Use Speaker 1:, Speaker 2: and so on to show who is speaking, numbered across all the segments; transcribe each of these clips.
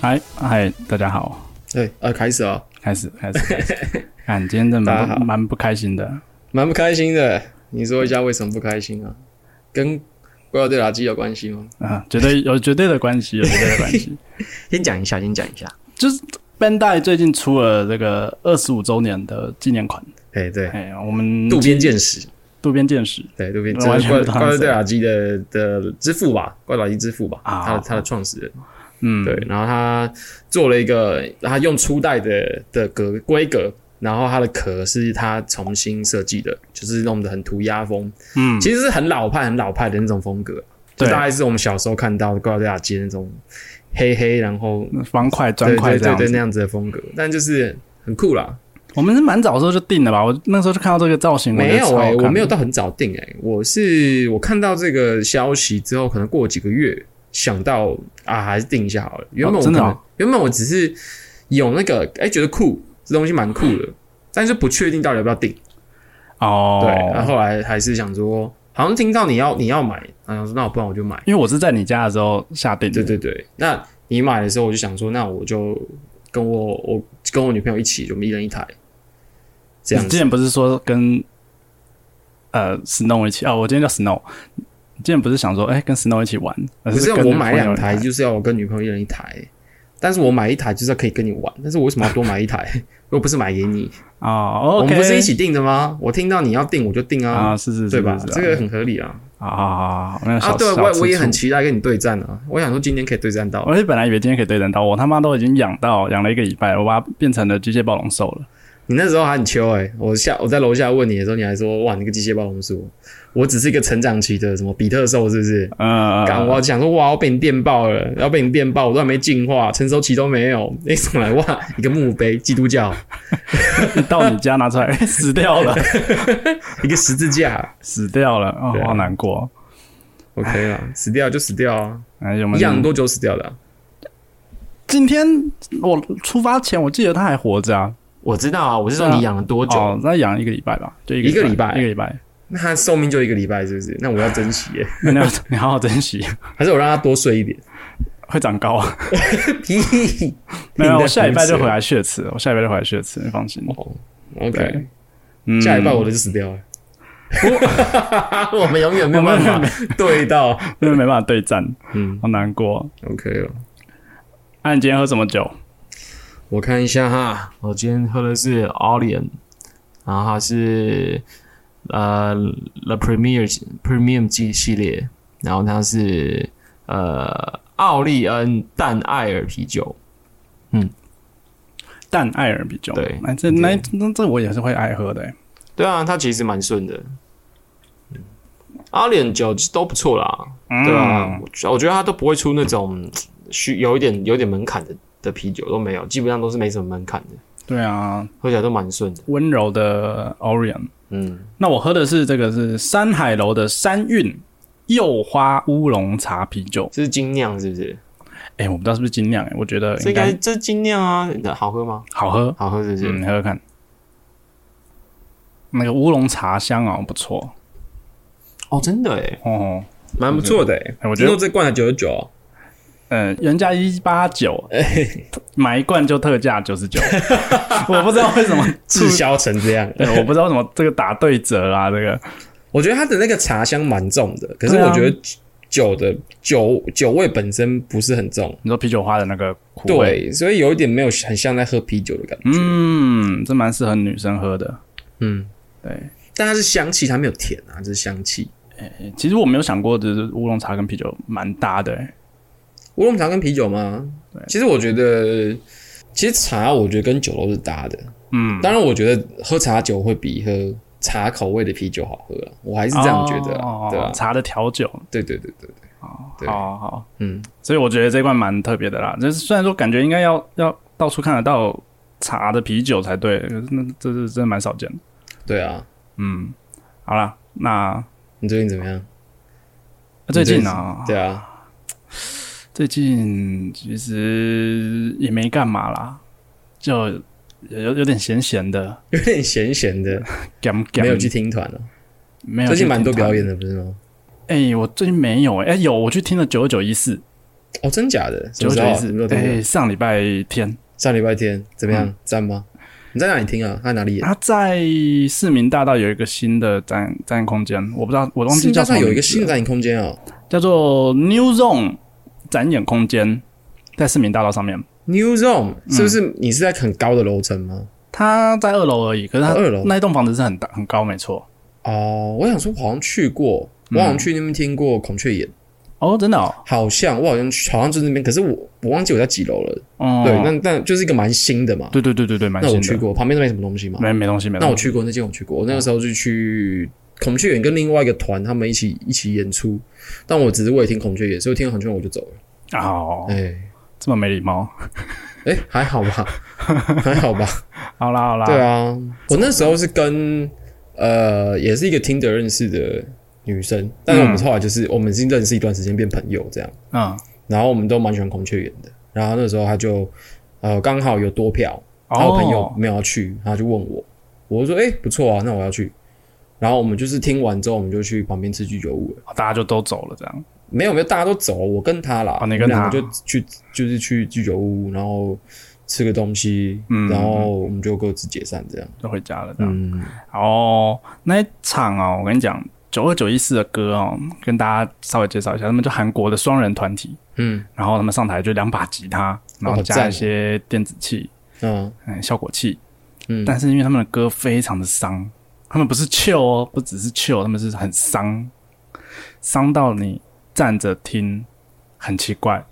Speaker 1: 嗨嗨，大家好，
Speaker 2: 对，呃，开始哦，
Speaker 1: 开始开始开始。 看，今天真的
Speaker 2: 大家
Speaker 1: 蛮
Speaker 2: 好
Speaker 1: 不蛮不开心的。
Speaker 2: 蛮不开心的。你说一下为什么不开心啊？跟《怪盗对打机》有关系吗？
Speaker 1: 啊，绝对有绝对的关系，有绝 对的关系。
Speaker 3: 先讲一下，先讲一下。
Speaker 1: Bandai 最近出了这个二十五周年的纪念款，
Speaker 2: 哎，对，
Speaker 3: 嗯
Speaker 1: 哎，我们
Speaker 2: 渡边健史，
Speaker 1: 渡边健史
Speaker 2: 对，渡边，
Speaker 1: 我
Speaker 2: 这
Speaker 1: 完
Speaker 2: 是
Speaker 1: 全
Speaker 2: 怪
Speaker 1: 不知道
Speaker 2: 怪盗
Speaker 1: 是谁
Speaker 2: 对打机的的之父吧，怪盗对打机之父吧，
Speaker 1: 啊
Speaker 2: 他的他的创始人。
Speaker 1: 嗯，
Speaker 2: 对，然后他做了一个，他用初代的的格规格，然后它的壳是他重新设计的，就是弄得很涂鸦风，
Speaker 1: 嗯，
Speaker 2: 其实是很老派、很老派的那种风格，啊就
Speaker 1: 对
Speaker 2: 大概是我们小时候看到的怪盗对打机那种黑黑，然后
Speaker 1: 方块砖
Speaker 2: 对
Speaker 1: 块
Speaker 2: 对
Speaker 1: 这
Speaker 2: 对
Speaker 1: 样
Speaker 2: 对
Speaker 1: 子。
Speaker 2: 那样子的风格，但就是很酷啦。
Speaker 1: 我们是蛮早的时候就定了吧？我那时候就看到这个造型，我觉
Speaker 2: 没有
Speaker 1: 得超好
Speaker 2: 哎、
Speaker 1: 看的
Speaker 2: 我没有到很早定哎、我是我看到这个消息之后，可能过几个月想到啊，还是定一下好了。原本我可
Speaker 1: 真的
Speaker 2: 能、
Speaker 1: 哦
Speaker 2: 原本我只是有那个哎、觉得酷，这东西蛮酷的，但是不确定到底要不要定。
Speaker 1: 哦，
Speaker 2: 对，啊然后后来还是想说，好像听到你要你要买，然后说那我不然我就买。
Speaker 1: 因为我是在你家的时候下定的，
Speaker 2: 对对对，那你买的时候我就想说，那我就跟我我跟我女朋友一起，就我们一人一台，这样
Speaker 1: 你
Speaker 2: 子
Speaker 1: 之。前不是说跟呃 Snow 一起哦，我今天叫 Snow。你之前不是想说，哎、跟 Snow 一起玩，而
Speaker 2: 不是
Speaker 1: 跟
Speaker 2: 我买
Speaker 1: 朋友
Speaker 2: 两
Speaker 1: 一
Speaker 2: 台，就是要我跟女朋友一人一台，但是我买一台就是要可以跟你玩，但是我为什么要多买 一台？又不是买给你，
Speaker 1: 哦
Speaker 2: 我
Speaker 1: ，OK，
Speaker 2: 们不是一起定的吗？我听到你要定我就定啊，
Speaker 1: 啊，是是是，
Speaker 2: 对吧？
Speaker 1: 是
Speaker 2: 这个很合理啊。
Speaker 1: 啊啊啊，没有
Speaker 2: 啊
Speaker 1: 小，
Speaker 2: 对，
Speaker 1: 小
Speaker 2: 我
Speaker 1: 吃
Speaker 2: 我也很
Speaker 1: 醋哦
Speaker 2: 期待跟你对战啊，我想说今天可以对战到。
Speaker 1: 我是本来以为今天可以对战到，我他妈都已经养到养了一个礼拜，我把它变成了机械暴龙兽了。
Speaker 2: 你那时候还很秋哎、我下我在楼下问你的时候，你还说哇，你个机械暴龙叔，我只是一个成长期的什么比特兽是不是？
Speaker 1: 嗯、
Speaker 2: 干，
Speaker 1: 呃，
Speaker 2: 我想说哇，我被你电爆了，要被你电爆，我都还没进化，成熟期都没有，你怎么来哇？一个墓碑，基督教，
Speaker 1: 一到你家拿出来， 死掉 了，
Speaker 2: 一个十字架。
Speaker 1: 死掉了，哦
Speaker 2: 对，啊
Speaker 1: 好难过。
Speaker 2: OK 啦，死掉就死掉啊，
Speaker 1: 哎，我们
Speaker 2: 一样多久死掉的啊、
Speaker 1: 今天我出发前，我记得他还活着啊。
Speaker 3: 我知道啊，我是说
Speaker 1: 对啊
Speaker 3: 你养了多久？
Speaker 1: 哦，那养一个礼拜吧，就一
Speaker 2: 一
Speaker 1: 个
Speaker 2: 个礼拜
Speaker 1: 一个礼拜。
Speaker 2: 那他寿命就一个礼拜，是不是？那我要珍惜耶，
Speaker 1: 那你要你好好珍惜，
Speaker 2: 还是我让他多睡一点？
Speaker 1: 会长高啊。
Speaker 2: 屁！
Speaker 1: 没有，啊
Speaker 2: 你在
Speaker 1: 我下礼拜就
Speaker 2: 胡扯
Speaker 1: 回来血池了，我下礼拜就回来血池，你放心。
Speaker 2: 哦，OK，
Speaker 1: 对嗯
Speaker 2: 下礼拜我的就死掉了。
Speaker 3: 嗯
Speaker 2: 我们永远没有办
Speaker 1: 我
Speaker 2: 法对到。
Speaker 1: 因为没办法对战，
Speaker 2: 嗯
Speaker 1: 好难过。
Speaker 2: ，OK 了，
Speaker 1: 那、你今天喝什么酒？
Speaker 3: 我看一下哈，我今天喝的是 Olian，然后它是呃 The Premier Premium 系系列，然后它是呃奥利恩淡艾尔啤酒，
Speaker 1: 淡艾尔啤酒。
Speaker 3: 对
Speaker 1: 哎，这那那这我也是会爱喝的、欸。
Speaker 3: 对啊，它其实蛮顺的。阿联酒其实都不错啦，
Speaker 1: 嗯
Speaker 3: 对啊，我觉我觉得它都不会出那种需有一点有一点门槛的的啤酒都没有，基本上都是没什么门槛的，
Speaker 1: 对啊，
Speaker 3: 喝起来都蛮顺的。
Speaker 1: 温柔的 Orion。
Speaker 3: 嗯，
Speaker 1: 那我喝的是这个是山海楼的山韵柚花乌龙茶啤酒。
Speaker 3: 这是精酿是不是？
Speaker 1: 哎、我不知道是不是精酿、欸，我觉得
Speaker 3: 这
Speaker 1: 应
Speaker 3: 应该
Speaker 1: 该
Speaker 3: 这是精酿啊，好喝吗？
Speaker 1: 好喝。
Speaker 3: 好喝是不是？
Speaker 1: 嗯，你喝喝看。那个乌龙茶香啊，不错
Speaker 3: 哦，真的诶，
Speaker 1: 哦。
Speaker 2: 蛮不错的哎、
Speaker 1: 哎我觉得
Speaker 2: 听说这罐了九十啊九，
Speaker 1: 嗯，人家一八九，
Speaker 2: 哎
Speaker 1: 买一罐就特价九十九， 我不知道为什么促
Speaker 2: 滞销成这样。
Speaker 1: 对，我不知道为什么这个打对折啊，这个
Speaker 2: 我觉得它的那个茶香蛮重的，可是
Speaker 1: 对啊
Speaker 2: 我觉得酒的酒酒味本身不是很重。
Speaker 1: 你说啤酒花的那个苦味，
Speaker 2: 对，所以有一点没有很像在喝啤酒的感觉。
Speaker 1: 嗯，这蛮适合女生喝的。
Speaker 2: 嗯，
Speaker 1: 对，
Speaker 2: 但它是香气，它没有甜啊，这是香气。
Speaker 1: 诶其实我没有想过，就是乌龙茶跟啤酒蛮搭的、欸。
Speaker 2: 乌龙茶跟啤酒吗？其实我觉得，其实茶我觉得跟酒都是搭的。
Speaker 1: 嗯，
Speaker 2: 当然，我觉得喝茶酒会比喝茶口味的啤酒好喝啊，我还是这样觉得啊、
Speaker 1: 哦
Speaker 2: 对吧、
Speaker 1: 茶的调酒，
Speaker 2: 对对对对，对
Speaker 1: 好好，
Speaker 2: 嗯，
Speaker 1: 所以我觉得这罐蛮特别的啦。就是虽然说感觉应该要要到处看得到茶的啤酒才对，可是那这是真的蛮少见的。
Speaker 2: 对啊。
Speaker 1: 嗯，好啦，那啊
Speaker 2: 你最近怎么样？
Speaker 1: 最近啊，
Speaker 2: 对啊，
Speaker 1: 最近其实也没干嘛啦，就有有有点闲闲的，
Speaker 2: 有点闲闲 的，
Speaker 1: 干干
Speaker 2: 没有去听团了、
Speaker 1: 没有
Speaker 2: 最近蛮多
Speaker 1: 去听团
Speaker 2: 表演的，不是吗？
Speaker 1: 哎、我最近没有哎、哎有我去听了九九一四，
Speaker 2: 哦，真假的？
Speaker 1: 九
Speaker 2: 什么时
Speaker 1: 九
Speaker 2: 候
Speaker 1: 一
Speaker 2: 啊？你没
Speaker 1: 四
Speaker 2: 有，听过
Speaker 1: 哎，上礼拜天，
Speaker 2: 上礼拜天怎么样
Speaker 1: 嗯？
Speaker 2: 赞吗？你在哪里听啊？他在哪里演？
Speaker 1: 他在市民大道有一个新的展展演空间，我不知道，我忘记
Speaker 2: 新
Speaker 1: 叫
Speaker 2: 加
Speaker 1: 什么
Speaker 2: 上
Speaker 1: 名字了。
Speaker 2: 有一个新的展演空间哦
Speaker 1: 叫做 New Zone 展演空间，在市民大道上面。
Speaker 2: ，New Zone
Speaker 1: 嗯
Speaker 2: 是不是？你是在很高的楼层吗？
Speaker 1: 它在二楼而已，可是它
Speaker 2: 哦二楼
Speaker 1: 那一栋房子是很大很高，没错。
Speaker 2: 哦，我想说，我好像去过，
Speaker 1: 嗯
Speaker 2: 我好像去那边听过孔雀演，
Speaker 1: 哦，真的哦，
Speaker 2: 好像我好像去好像就那边，可是我我忘记我在几楼了。
Speaker 1: 哦，
Speaker 2: 对，那但就是一个蛮新的嘛。
Speaker 1: 对对对对对，蛮
Speaker 2: 那我
Speaker 1: 新
Speaker 2: 去
Speaker 1: 的，
Speaker 2: 过，旁边都没什么东西嘛。
Speaker 1: 没没东西没东西。
Speaker 2: 那我去过那间，我去过。我那个时候就去孔雀园跟另外一个团，他们一起一起演出。但我只是为了听孔雀园，所以听到孔雀园我就走了。
Speaker 1: 哦，
Speaker 2: 哎、
Speaker 1: 这么没礼貌。
Speaker 2: 哎、还好吧，还 好吧。
Speaker 1: 好啦好啦，
Speaker 2: 对啊，我那时候是跟呃，也是一个听得认识的女生，但是我们后来就是、我们已经认识一段时间，变朋友这样。
Speaker 1: 嗯，
Speaker 2: 然后我们都蛮喜欢孔雀园的。然后那时候他就呃刚好有多票，然
Speaker 1: 哦，
Speaker 2: 后我朋友没有要去，然后就问我，我就说哎、诶不错啊，那我要去。然后我们就是听完之后，我们就去旁边吃居酒屋了。
Speaker 1: 哦大家就都走了，这样
Speaker 2: 没有没有，大家都走，啊我跟他啦，
Speaker 1: 哦你跟他
Speaker 2: 我们两个就去就是去居酒屋，然后吃个东西，
Speaker 1: 嗯
Speaker 2: 然后我们就各自解散这样。
Speaker 1: 就回家了，这样。
Speaker 2: 嗯，
Speaker 1: 哦，那一场哦，我跟你讲，九二九一四的歌哦，跟大家稍微介绍一下，他们就韩国的双人团体，
Speaker 2: 嗯
Speaker 1: 然后他们上台就两把吉他，然后
Speaker 2: 好赞
Speaker 1: 加
Speaker 2: 哦
Speaker 1: 一些电子器，
Speaker 2: 嗯
Speaker 1: 嗯，效果器。
Speaker 2: 嗯，
Speaker 1: 但是因为他们的歌非常的伤，他们不是 chill 哦，不只是 chill，他们是很伤，伤到你站着听很奇怪。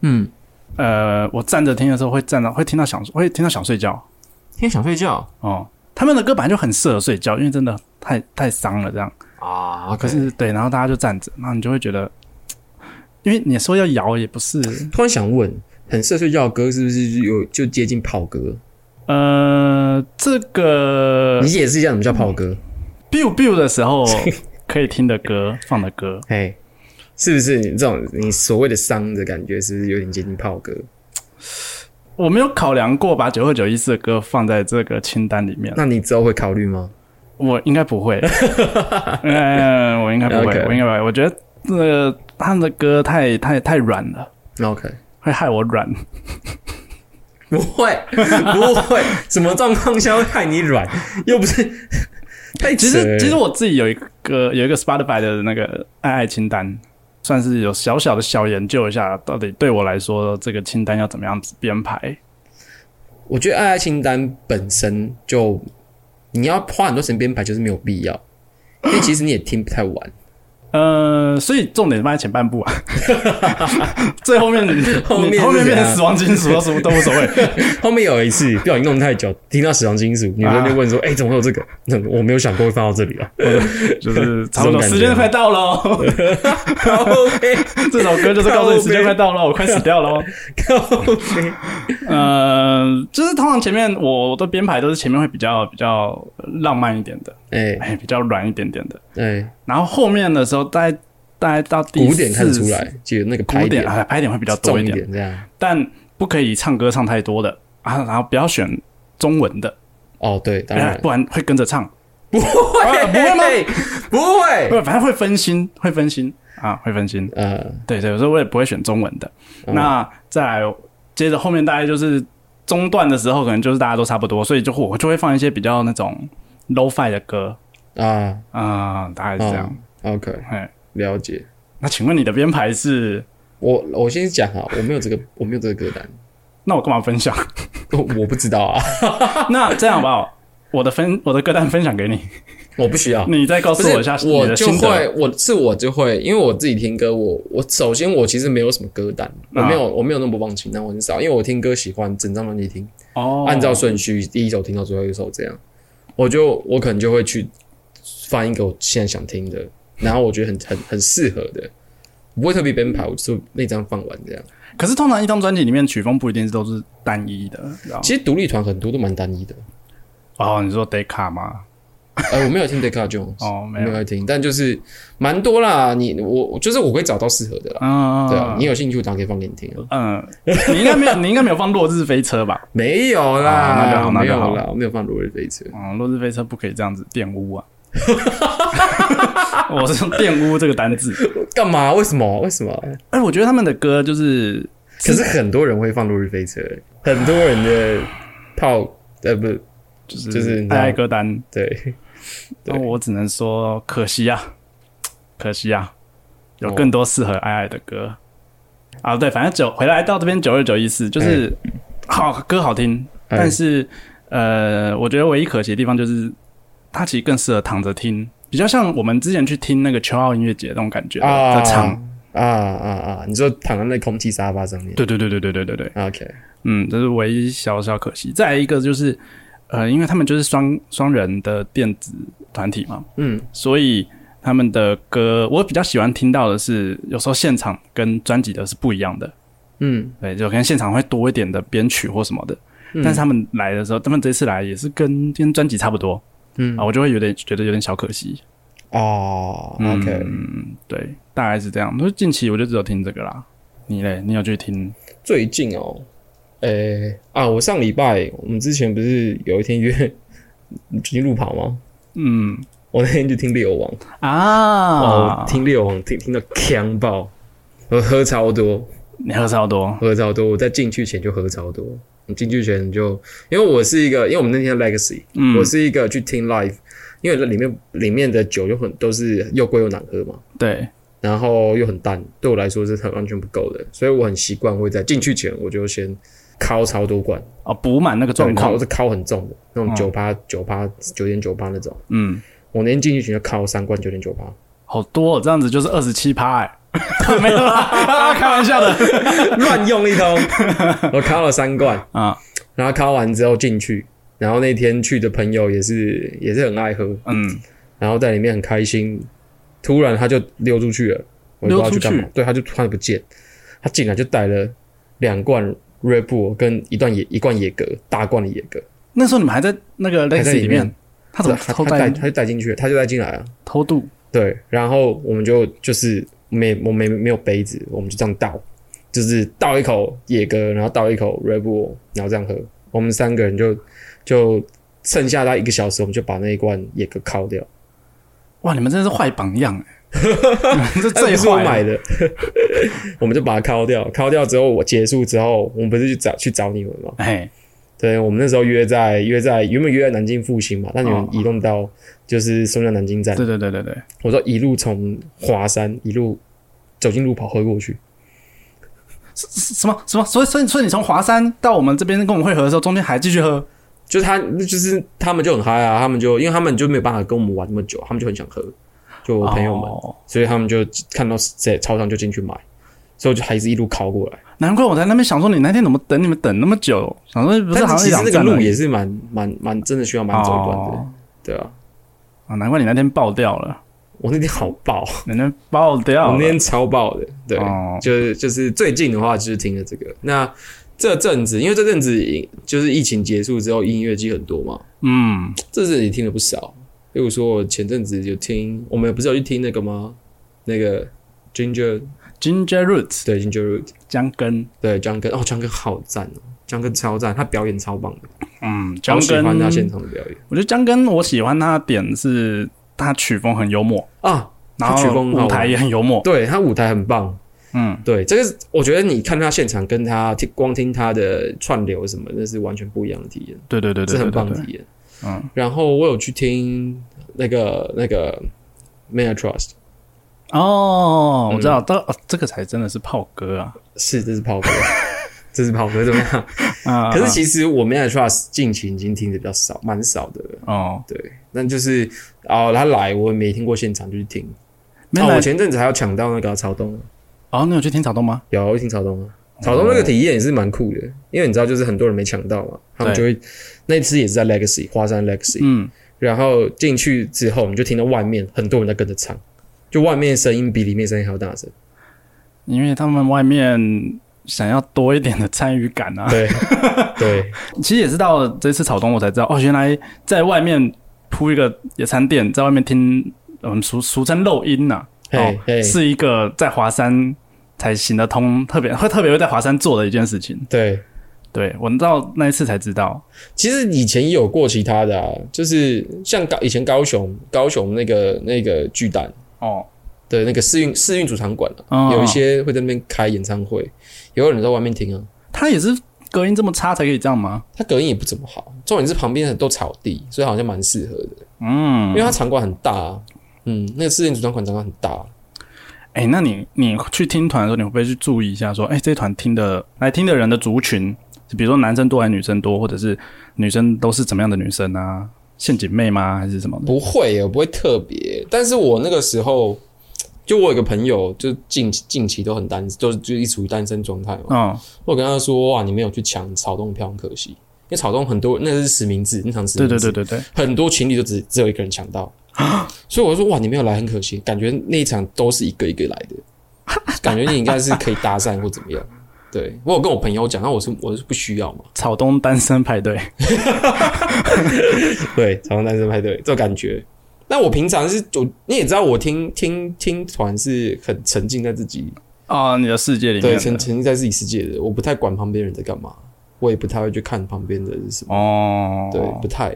Speaker 3: 嗯，
Speaker 1: 呃，我站着听的时候会站到会听到想会听到想睡觉
Speaker 3: 天想睡觉
Speaker 1: 哦。他们的歌本来就很适合睡觉，因为真的太太伤了这样。
Speaker 3: 啊，
Speaker 1: 可
Speaker 3: 可是
Speaker 1: 是对，然后大家就站着，然后你就会觉得，因为你说要摇也不是，
Speaker 2: 突然想问，很适合睡觉的歌是不是就有就接近炮歌？
Speaker 1: 呃，这个
Speaker 2: 你解释一下什么叫炮
Speaker 1: 嗯
Speaker 2: 歌？
Speaker 1: biu biu 的时候可以听的歌放的歌，
Speaker 2: 嘿，是不是你这种你所谓的伤的感觉，是不是有点接近炮哥？
Speaker 1: 我没有考量过把九二九一四的歌放在这个清单里面，
Speaker 2: 那你之后会考虑吗？
Speaker 1: 我应该不 会。嗯，我应该不会
Speaker 2: OK
Speaker 1: 我应该不会。我觉得这个他们的歌太太太软了，
Speaker 2: 那 OK，
Speaker 1: 会害我软。
Speaker 2: 不会，不会，什么状况下会害你软？又不是太
Speaker 1: 哎其
Speaker 2: 扯了
Speaker 1: 实其实我自己有一个有一个 Spotify 的那个爱爱清单，算是有小小的小研究一下，到底对我来说这个清单要怎么样子编排。
Speaker 2: 我觉得爱爱清单本身就你要花很多时间编排，就是没有必要，因为其实你也听不太完。
Speaker 1: 呃，所以重点放在前半部 啊，最后面你
Speaker 2: 后面是啊
Speaker 1: 你后面
Speaker 2: 怎
Speaker 1: 变成
Speaker 2: 样
Speaker 1: 死亡金属什么都无所谓。
Speaker 2: 后面有一次不小心弄太久，听到死亡金属，女生就问说：“哎、怎么会有这个？”那我没有想过会放到这里啊。
Speaker 1: 就是差不多
Speaker 2: 这种感觉
Speaker 1: 时间快到了 哦，
Speaker 2: OK，
Speaker 1: 这首歌就是告诉你时间快到了，我快死掉了 哦。
Speaker 2: OK，
Speaker 1: 呃，就是通常前面我的编排都是前面会比较比较浪漫一点的，
Speaker 2: 哎
Speaker 1: 哎，比较软一点点的，
Speaker 2: 哎，
Speaker 1: 然后后面的时候大概大概到第
Speaker 2: 古典看得出
Speaker 1: 40，
Speaker 2: 来，就有那个拍
Speaker 1: 古典
Speaker 2: 点
Speaker 1: 啊拍点会比较多
Speaker 2: 重
Speaker 1: 一
Speaker 2: 一
Speaker 1: 点，
Speaker 2: 点这样。
Speaker 1: 但不可以唱歌唱太多的啊，然后不要选中文的，
Speaker 2: 哦，对，当然
Speaker 1: 不然会跟着唱，
Speaker 2: 不会
Speaker 1: 啊不会吗？
Speaker 2: 不会。
Speaker 1: 不，反正会分心，会分心啊，会分心。
Speaker 2: 呃，
Speaker 1: 对对，有时候我也不会选中文的。
Speaker 2: 嗯
Speaker 1: 那再来，接着后面大概就是中段的时候，可能就是大家都差不多，所以就我就会放一些比较那种 low fi 的歌，
Speaker 2: 啊哦
Speaker 1: 啊、大概是这样。
Speaker 2: ，OK，
Speaker 1: 哎
Speaker 2: 了解。
Speaker 1: 那请问你的编排是？
Speaker 2: 我我先讲哈，我没有这个，我没有这个歌单，
Speaker 1: 那我干嘛分享？
Speaker 2: 我我不知道啊，
Speaker 1: 那这样吧，我的分我的歌单分享给你，
Speaker 2: 我不需 要。
Speaker 1: 你再告
Speaker 2: 不
Speaker 1: 诉
Speaker 2: 是
Speaker 1: 我一下，你
Speaker 2: 我
Speaker 1: 的
Speaker 2: 就
Speaker 1: 心
Speaker 2: 会
Speaker 1: 得。，
Speaker 2: 我是我就会，因为我自己听歌，我我首先我其实没有什么歌单，我没
Speaker 1: 啊
Speaker 2: 有我没有那么忘情，那我很少，因为我听歌喜欢整张专辑听，
Speaker 1: 哦，
Speaker 2: 按照顺序，第一首听到最后一首这样，我就我可能就会去翻一个我现在想听的，然后我觉得很很很适合的，不会特别编排，我就那张放完这样。
Speaker 1: 可是通常一张专辑里面曲风不一定都是单一的，你知道吗？
Speaker 2: 其实独立团很多都蛮单一的，
Speaker 1: 哦，你说 day 卡吗？
Speaker 2: 呃，我没有听 Decca Jones，
Speaker 1: 哦，没
Speaker 2: 没
Speaker 1: 有，
Speaker 2: 有在听，但就是蛮多啦。你我我就是我会找到适合的啦。
Speaker 1: 嗯，
Speaker 2: 对啊，你有兴趣，我当然可以放给你听啊。
Speaker 1: 嗯，你应该没有， 你应该没有放《落日飞车》吧？
Speaker 2: 没有
Speaker 1: 啊那就
Speaker 2: 啦，
Speaker 1: 好那
Speaker 2: 没
Speaker 1: 就好
Speaker 2: 有啦，我没有放《落日飞车》。
Speaker 1: 哦 嗯，《落日飞车》不可以这样子玷污啊！我是用玷污这个单字。
Speaker 2: 干嘛？为什么？为什么？
Speaker 1: 哎，我觉得他们的歌就是
Speaker 2: 可是很多人会放《落日飞车》，很多人的炮呃不
Speaker 1: 就是
Speaker 2: 就是你知道
Speaker 1: 爱爱歌单，
Speaker 2: 对，对
Speaker 1: 那我只能说可惜啊，可惜啊，有
Speaker 2: 哦
Speaker 1: 更多适合爱爱的歌、啊。对，反正九回来到这边九二九一四，就是、好歌好听，
Speaker 2: 哎
Speaker 1: 但是呃，我觉得唯一可惜的地方就是它其实更适合躺着听，比较像我们之前去听那个秋奥音乐节那种感觉的、
Speaker 2: 啊
Speaker 1: 在唱。
Speaker 2: 啊啊啊！你说躺在那空气沙发上面，
Speaker 1: 对对对对对对对对，
Speaker 2: ，OK，
Speaker 1: 嗯，这是唯一小小可惜。再来一个就是呃，因为他们就是双双人的电子团体嘛，
Speaker 2: 嗯，
Speaker 1: 所以他们的歌我比较喜欢听到的是，有时候现场跟专辑的是不一样的，
Speaker 2: 嗯，
Speaker 1: 对，就可能现场会多一点的编曲或什么的。
Speaker 2: 嗯
Speaker 1: 但是他们来的时候，他们这次来也是跟跟专辑差不多，
Speaker 2: 嗯
Speaker 1: 啊，我就会有点觉得有点小可惜。
Speaker 2: 哦，OK，
Speaker 1: 嗯，对，大概是这样。所以近期我就只有听这个啦。你嘞？你有去听？
Speaker 2: 最近哦，诶啊，我上礼拜我们之前不是有一天约 去路跑吗？
Speaker 1: 嗯
Speaker 2: 我那天就听猎王，哦，
Speaker 1: 啊
Speaker 2: 我，听猎王听听到呛爆，我喝超多，
Speaker 1: 你喝超多，
Speaker 2: 喝超多，我在进去前就喝超多。你进去前就，因为我是一个，因为我们那天的 Legacy，、
Speaker 1: 嗯，
Speaker 2: 我是一个去听 live，因为里面里面的酒就很都是又贵又难喝嘛，
Speaker 1: 对，
Speaker 2: 然后又很淡，对我来说是很完全不够的，所以我很习惯会在进去前我就先敲超多罐，
Speaker 1: 哦，补满那个状
Speaker 2: 我
Speaker 1: 况，
Speaker 2: 是敲很重的那种
Speaker 1: 嗯
Speaker 2: 九八九八九点九八那种，
Speaker 1: 嗯，
Speaker 2: 我那天进去前就敲三罐九点九八，
Speaker 1: 好多、哦，这样子就是二十七趴，哎、 没有啦， 开玩笑的，
Speaker 2: 乱用一 通，我敲了三罐，
Speaker 1: 啊，
Speaker 2: 然后敲完之后进去，然后那天去的朋友也是也是很爱喝，
Speaker 1: 嗯，
Speaker 2: 然后在里面很开心。突然他就溜出去了，我也不知道去干
Speaker 1: 溜
Speaker 2: 嘛
Speaker 1: 出。
Speaker 2: 对，他就突然不见，他进来就带了两罐 Red Bull 跟一段野一罐野格，大罐的野格，
Speaker 1: 那时候你们还在那个类
Speaker 2: 还
Speaker 1: 似
Speaker 2: 在
Speaker 1: 里
Speaker 2: 里面
Speaker 1: 面，他怎么
Speaker 2: 他
Speaker 1: 偷
Speaker 2: 他带
Speaker 1: 带
Speaker 2: 他就带进去了，他就带进来啊。
Speaker 1: 偷渡？
Speaker 2: 对，然后我们就就是没我没没有杯子，我们就这样倒，就是倒一口野格，然后倒一口 Red Bull，然后这样喝。我们三个人就就剩下大概一个小时，我们就把那一罐野格敲掉。
Speaker 1: 哇，你们真的是坏榜样哎、 你们是
Speaker 2: 这
Speaker 1: 最
Speaker 2: 也是我
Speaker 1: 坏
Speaker 2: 买
Speaker 1: 的，
Speaker 2: 的， 我们就把它敲掉。敲掉之后，我结束之后，我们不是去找去找你们吗？
Speaker 1: 哎，
Speaker 2: 对，我们那时候约在约在原本约在南京复兴嘛，那你们
Speaker 1: 哦
Speaker 2: 移动到就是松江南京站。
Speaker 1: 对对对对对，
Speaker 2: 我说一路从华山一路走进路跑喝过去，
Speaker 1: 是什么什么？所以所以所以你从华山到我们这边跟我们会合的时候，中间还继续喝，
Speaker 2: 就他就是他们就很嗨啊，他们就因为他们就没有办法跟我们玩那么久，他们就很想喝，就我朋友们，
Speaker 1: 哦
Speaker 2: 所以他们就看到在超商就进去买，所以我就还是一路敲过来。
Speaker 1: 难怪我在那边想说，你那天怎么等你们等那么久？想说不是好
Speaker 2: 但
Speaker 1: 像
Speaker 2: 是
Speaker 1: 一两
Speaker 2: 其实那个
Speaker 1: 站
Speaker 2: 路
Speaker 1: 而已
Speaker 2: 也是蛮蛮蛮真的需要蛮走一段的，
Speaker 1: 哦
Speaker 2: 对啊。
Speaker 1: 啊，难怪你那天爆掉了，
Speaker 2: 我那天好爆，
Speaker 1: 你那天爆掉
Speaker 2: 我
Speaker 1: 了，
Speaker 2: 那天超爆的，对，
Speaker 1: 哦
Speaker 2: 就是就是最近的话就是听了这个。那这阵子，因为这阵子就是疫情结束之后，音乐季很多嘛，
Speaker 1: 嗯，
Speaker 2: 这阵子也听了不少。例如说，我前阵子有听，我们不是有去听那个吗？那个 Ginger，
Speaker 1: Ginger Root
Speaker 2: 对 Ginger Root，
Speaker 1: 姜根，
Speaker 2: 对江根，哦，江根好赞哦，江根超赞，他表演超棒的，
Speaker 1: 嗯，姜
Speaker 2: 超喜
Speaker 1: 根，
Speaker 2: 欢他现场的表演
Speaker 1: 我觉得姜根我喜欢他的点是他曲风很幽默，
Speaker 2: 啊，
Speaker 1: 然
Speaker 2: 他曲
Speaker 1: 后
Speaker 2: 风很好
Speaker 1: 舞台
Speaker 2: 玩
Speaker 1: 也很幽默，
Speaker 2: 对他舞台很棒，
Speaker 1: 嗯，
Speaker 2: 对，这个是我觉得你看他现场跟他听光听他的串流什么，那是完全不一样的体验。
Speaker 1: 对对对
Speaker 2: 这
Speaker 1: 对
Speaker 2: 很
Speaker 1: 对
Speaker 2: 棒
Speaker 1: 对
Speaker 2: 的
Speaker 1: 对，
Speaker 2: 体验。
Speaker 1: 嗯，
Speaker 2: 然后我有去听那个那个 Man I Trust，
Speaker 1: 哦，我知
Speaker 2: 嗯
Speaker 1: 道，这、哦、这个才真的是炮哥啊，
Speaker 2: 是这是炮哥， 这是炮哥怎 么样？
Speaker 1: 啊，
Speaker 2: 可是其实我 Man I Trust 近期已经听的比较少，蛮少的了。
Speaker 1: 哦，
Speaker 2: 对，那就是哦，他来我没听过现场就去听。
Speaker 1: 没有
Speaker 2: 哦，
Speaker 1: 来
Speaker 2: 我前阵子还要抢到那个草东，
Speaker 1: 哦，你有去听草东吗？
Speaker 2: 有我去听草东啊。
Speaker 1: 哦
Speaker 2: 草东那个体验也是蛮酷的，因为你知道，就是很多人没抢到嘛，他们就会那次也是在 Legacy 花山 Legacy，
Speaker 1: 嗯，
Speaker 2: 然后进去之后，你就听到外面很多人在跟着唱，就外面声音比里面声音还要 大声。
Speaker 1: 因为他们外面想要多一点的参与感啊，
Speaker 2: 对对，
Speaker 1: 其实也是到了这次草东我才知道，哦，原来在外面铺一个野餐垫，在外面听，嗯，俗俗称漏音呐、
Speaker 2: 嘿
Speaker 1: 哦，
Speaker 2: 嘿，
Speaker 1: 是一个在华山才行得通，特别会特别会在华山做的一件事情。
Speaker 2: 对
Speaker 1: 对我到那一次才知道，
Speaker 2: 其实以前也有过其他的啊，就是像高以前高雄高雄那个那个巨蛋
Speaker 1: 哦，
Speaker 2: 的那个试运试运主场馆、啊
Speaker 1: 嗯
Speaker 2: 有一些会在那边开演唱会，也有人在外面听啊。
Speaker 1: 他也是隔音这么差才可以这样吗？
Speaker 2: 它隔音也不怎么好，重点是旁边很多草地，所以好像蛮适合的，因
Speaker 1: 嗯
Speaker 2: 为，它场馆很大、啊。嗯，那个试运主场馆场馆很大、
Speaker 1: 哎、那你你去听团的时候，你会不会去注意一下说，哎、这团听的来听的人的族群，比如说男生多还是女生多，或者是女生都是怎么样的女生啊？陷阱妹吗？还是什么的？
Speaker 2: 不会耶，我不会特别。但是我那个时候，就我有个朋友，就近近期都很单，都是就一直处于单身状态嘛。
Speaker 1: 嗯，
Speaker 2: 我跟他说：“哇，你没有去抢草东票，很可惜。因为草东很多，那是实名制，那场实
Speaker 1: 对
Speaker 2: 名
Speaker 1: 对
Speaker 2: 制，
Speaker 1: 对对对，
Speaker 2: 很多情侣都只只有一个人抢 到。所以我就说：哇，你没有来，很可惜。感觉那一场都是一个一个来的，感觉你应该是可以搭讪或怎么样。对我有跟我朋友讲，那我是我是不需要嘛。
Speaker 1: 草东单身派对，
Speaker 2: 对，草东单身派对这种感觉。那我平常是我你也知道，我听听听团是很沉浸在自己
Speaker 1: 哦，你的世界里
Speaker 2: 对
Speaker 1: 面
Speaker 2: 沉
Speaker 1: 的
Speaker 2: 沉浸在自己世界的，我不太管旁边人在干嘛，我也不太会去看旁边的是什么。
Speaker 1: 哦，
Speaker 2: 对，不太。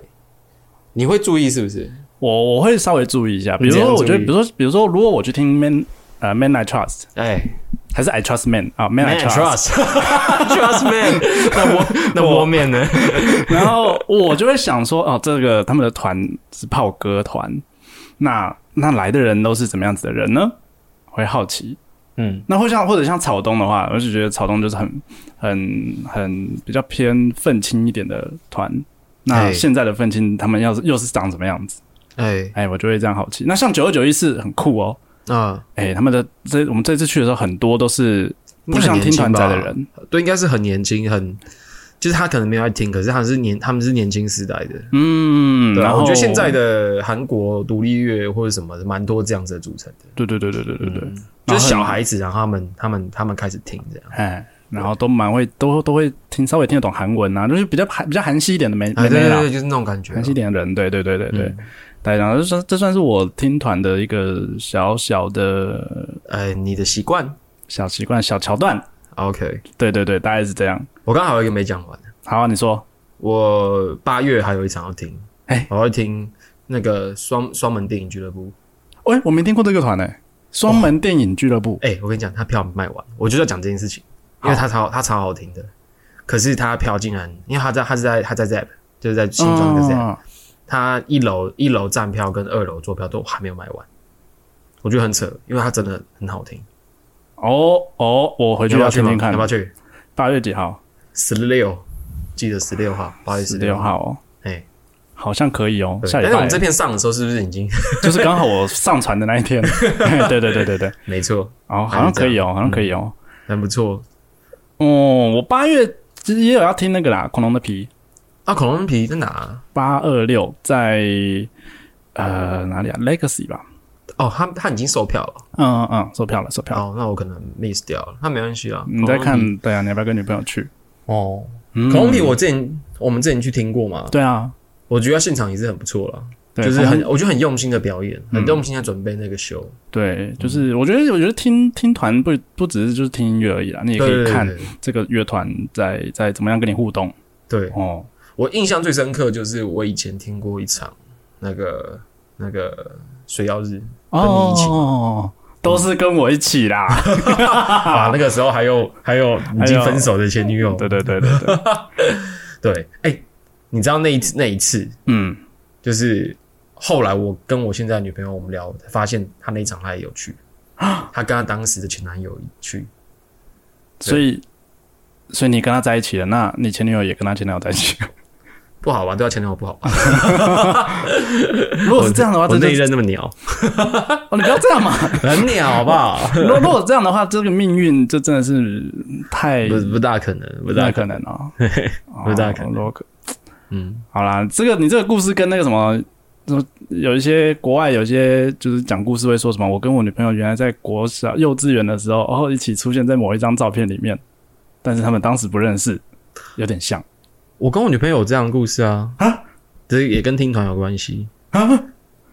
Speaker 2: 你会注意是不是？
Speaker 1: 我我会稍微注意一下，比
Speaker 2: 你
Speaker 1: 如
Speaker 2: 怎样
Speaker 1: 说，我觉得，
Speaker 2: 注意
Speaker 1: 比如说，比如说，如果我去听 Man 呃 Man I Trust，
Speaker 3: 哎
Speaker 1: 还是 I Trust Man 啊 Man I
Speaker 3: ，Man
Speaker 1: Trust，
Speaker 3: trust trust man，那 我那我面呢？
Speaker 1: 然后我就会想说，哦，这个他们的团是炮哥团，那那来的人都是怎么样子的人呢？会好奇。
Speaker 2: 嗯，
Speaker 1: 那或像或者像草东的话，我就觉得草东就是很很很比较偏愤青一点的团。那
Speaker 3: 哎
Speaker 1: 现在的愤青，他们要是又是长什么样子？
Speaker 3: 哎
Speaker 1: 哎，我就会这样好奇。那像九二九一是很酷哦，
Speaker 3: 啊，
Speaker 1: 哎，他们的这我们这次去的时候，很多都是不想听团仔的人，
Speaker 3: 对，应该是很年轻，很就是他可能没有爱听，可是他是年他们是年轻时代的。
Speaker 1: 嗯，
Speaker 3: 对
Speaker 1: 然
Speaker 3: 啊，
Speaker 1: 后
Speaker 3: 我觉得现在的韩国独立乐或者什么的，蛮多这样子的组成的，
Speaker 1: 对对对对对对对，然后
Speaker 3: 嗯就是小
Speaker 1: 很
Speaker 3: 孩子，然后他们他们他们开始听这样。
Speaker 1: 哎，然后都蛮会，都都会听稍微听得懂韩文啊，就是比较韩比较韩系一点的美
Speaker 3: 哎，
Speaker 1: 美
Speaker 3: 对
Speaker 1: 妹
Speaker 3: 对嗯
Speaker 1: 啦，
Speaker 3: 对，就是那种感觉
Speaker 1: 韩。系一点的人，对对对对对，对，然后这算这算是我听团的一个小小的
Speaker 3: 哎，你的习惯
Speaker 1: 小习惯、小桥段，
Speaker 3: ，OK。
Speaker 1: 对对对，大概是这样。
Speaker 3: 我刚好有一个没讲完，
Speaker 1: 好、啊，你说，
Speaker 3: 我八月还有一场要听，
Speaker 1: 哎
Speaker 3: 我要听那个双双门电影俱乐部。
Speaker 1: 喂、哎我没听过这个团诶、双门电影俱乐部，
Speaker 3: 哎、我跟你讲，他票没卖完，我就要讲这件事情，因为他超他超好听的，可是他票竟然，因为他在他是在他在 Zap，就是在新庄那个 Zap，、
Speaker 1: 哦
Speaker 3: 他一楼一楼站票跟二楼坐票都还没有卖完，我觉得很扯，因为他真的很好听。
Speaker 1: 哦哦，我回
Speaker 3: 你
Speaker 1: 去
Speaker 3: 要不要去
Speaker 1: 听
Speaker 3: 吗？
Speaker 1: 听
Speaker 3: 你要
Speaker 1: 看
Speaker 3: 不。要去？
Speaker 1: 八月几号？
Speaker 3: 十六，记得十六号，八月
Speaker 1: 十
Speaker 3: 十
Speaker 1: 六
Speaker 3: 号。
Speaker 1: 号哦，
Speaker 3: 哎，
Speaker 1: 好像可以哦，
Speaker 3: 对
Speaker 1: 下礼
Speaker 3: 但是我
Speaker 1: 拜
Speaker 3: 们这片上的时候是不是已经？
Speaker 1: 就是刚好我上传的那 一天。哎对对对对对，
Speaker 3: 没错，
Speaker 1: 哦，好像可以哦，好像可以哦。
Speaker 3: 很不错。嗯
Speaker 1: 哦，我八月其实也有要听那个啦，恐龙的皮
Speaker 3: 啊，恐龙皮在哪？
Speaker 1: 八二六在呃哪里啊？Legacy 吧？
Speaker 3: 哦，他他已经售票了。
Speaker 1: 嗯嗯嗯，售票了，售票了。
Speaker 3: 哦，那我可能 miss 掉了，那没关系啊。
Speaker 1: 你在
Speaker 3: 恐龙皮
Speaker 1: 看对啊？你要不要跟女朋友去？
Speaker 2: 哦，
Speaker 1: 嗯
Speaker 3: 恐龙皮，我之前我们之前去听过嘛，
Speaker 1: 对啊，
Speaker 3: 我觉得现场也是很不错啦，
Speaker 1: 对
Speaker 3: 就是
Speaker 1: 恐
Speaker 3: 很
Speaker 1: 龙嗯
Speaker 3: 我觉得很用心的表演，很用心在准备那个秀，
Speaker 1: 对，就是我觉得我觉得听听团不不只是就是听音乐而已啦，你也
Speaker 3: 对
Speaker 1: 可以
Speaker 3: 对对
Speaker 1: 看
Speaker 3: 对
Speaker 1: 这个乐团在在怎么样跟你互动
Speaker 3: 对
Speaker 1: 哦。
Speaker 3: 我印象最深刻就是我以前听过一场那个那个水曜日你一起
Speaker 1: 哦，都是跟我一起 啦。
Speaker 3: 啊，那个时候还有还有已经分手的前女友，
Speaker 1: 对对对对对，
Speaker 3: 对，哎，你知道那一次那一次
Speaker 1: 嗯，
Speaker 3: 就是后来我跟我现在的女朋友我们聊，发现她那一场她也有 去，她跟她当时的前男友去，
Speaker 1: 所以所以你跟他在一起了，那你前女友也跟他前男友在一起。
Speaker 3: 不好吧？对她啊前男友不好吧？
Speaker 1: 如果是这样的话，
Speaker 3: 我
Speaker 1: 这就
Speaker 3: 那一任那么鸟，
Speaker 1: 哦，你不要这样嘛。
Speaker 3: 很鸟好不好？
Speaker 1: 如果如果这样的话，这个命运这真的是 太
Speaker 3: 不不大可能，不
Speaker 1: 不
Speaker 3: 大
Speaker 1: 太
Speaker 3: 可
Speaker 1: 可
Speaker 3: 能。
Speaker 1: 能哦，哦
Speaker 3: 不大可能
Speaker 1: 如果可
Speaker 3: 嗯，
Speaker 1: 好啦，这个你这个故事跟那个什么。什么有一些国外有一些就是讲故事会说什么，我跟我女朋友原来在国小幼稚园的时候，然、哦后一起出现在某一张照片里面，但是他们当时不认识，有点像。
Speaker 3: 我跟我女朋友有这样的故事啊，啊，这也跟听团有关系啊。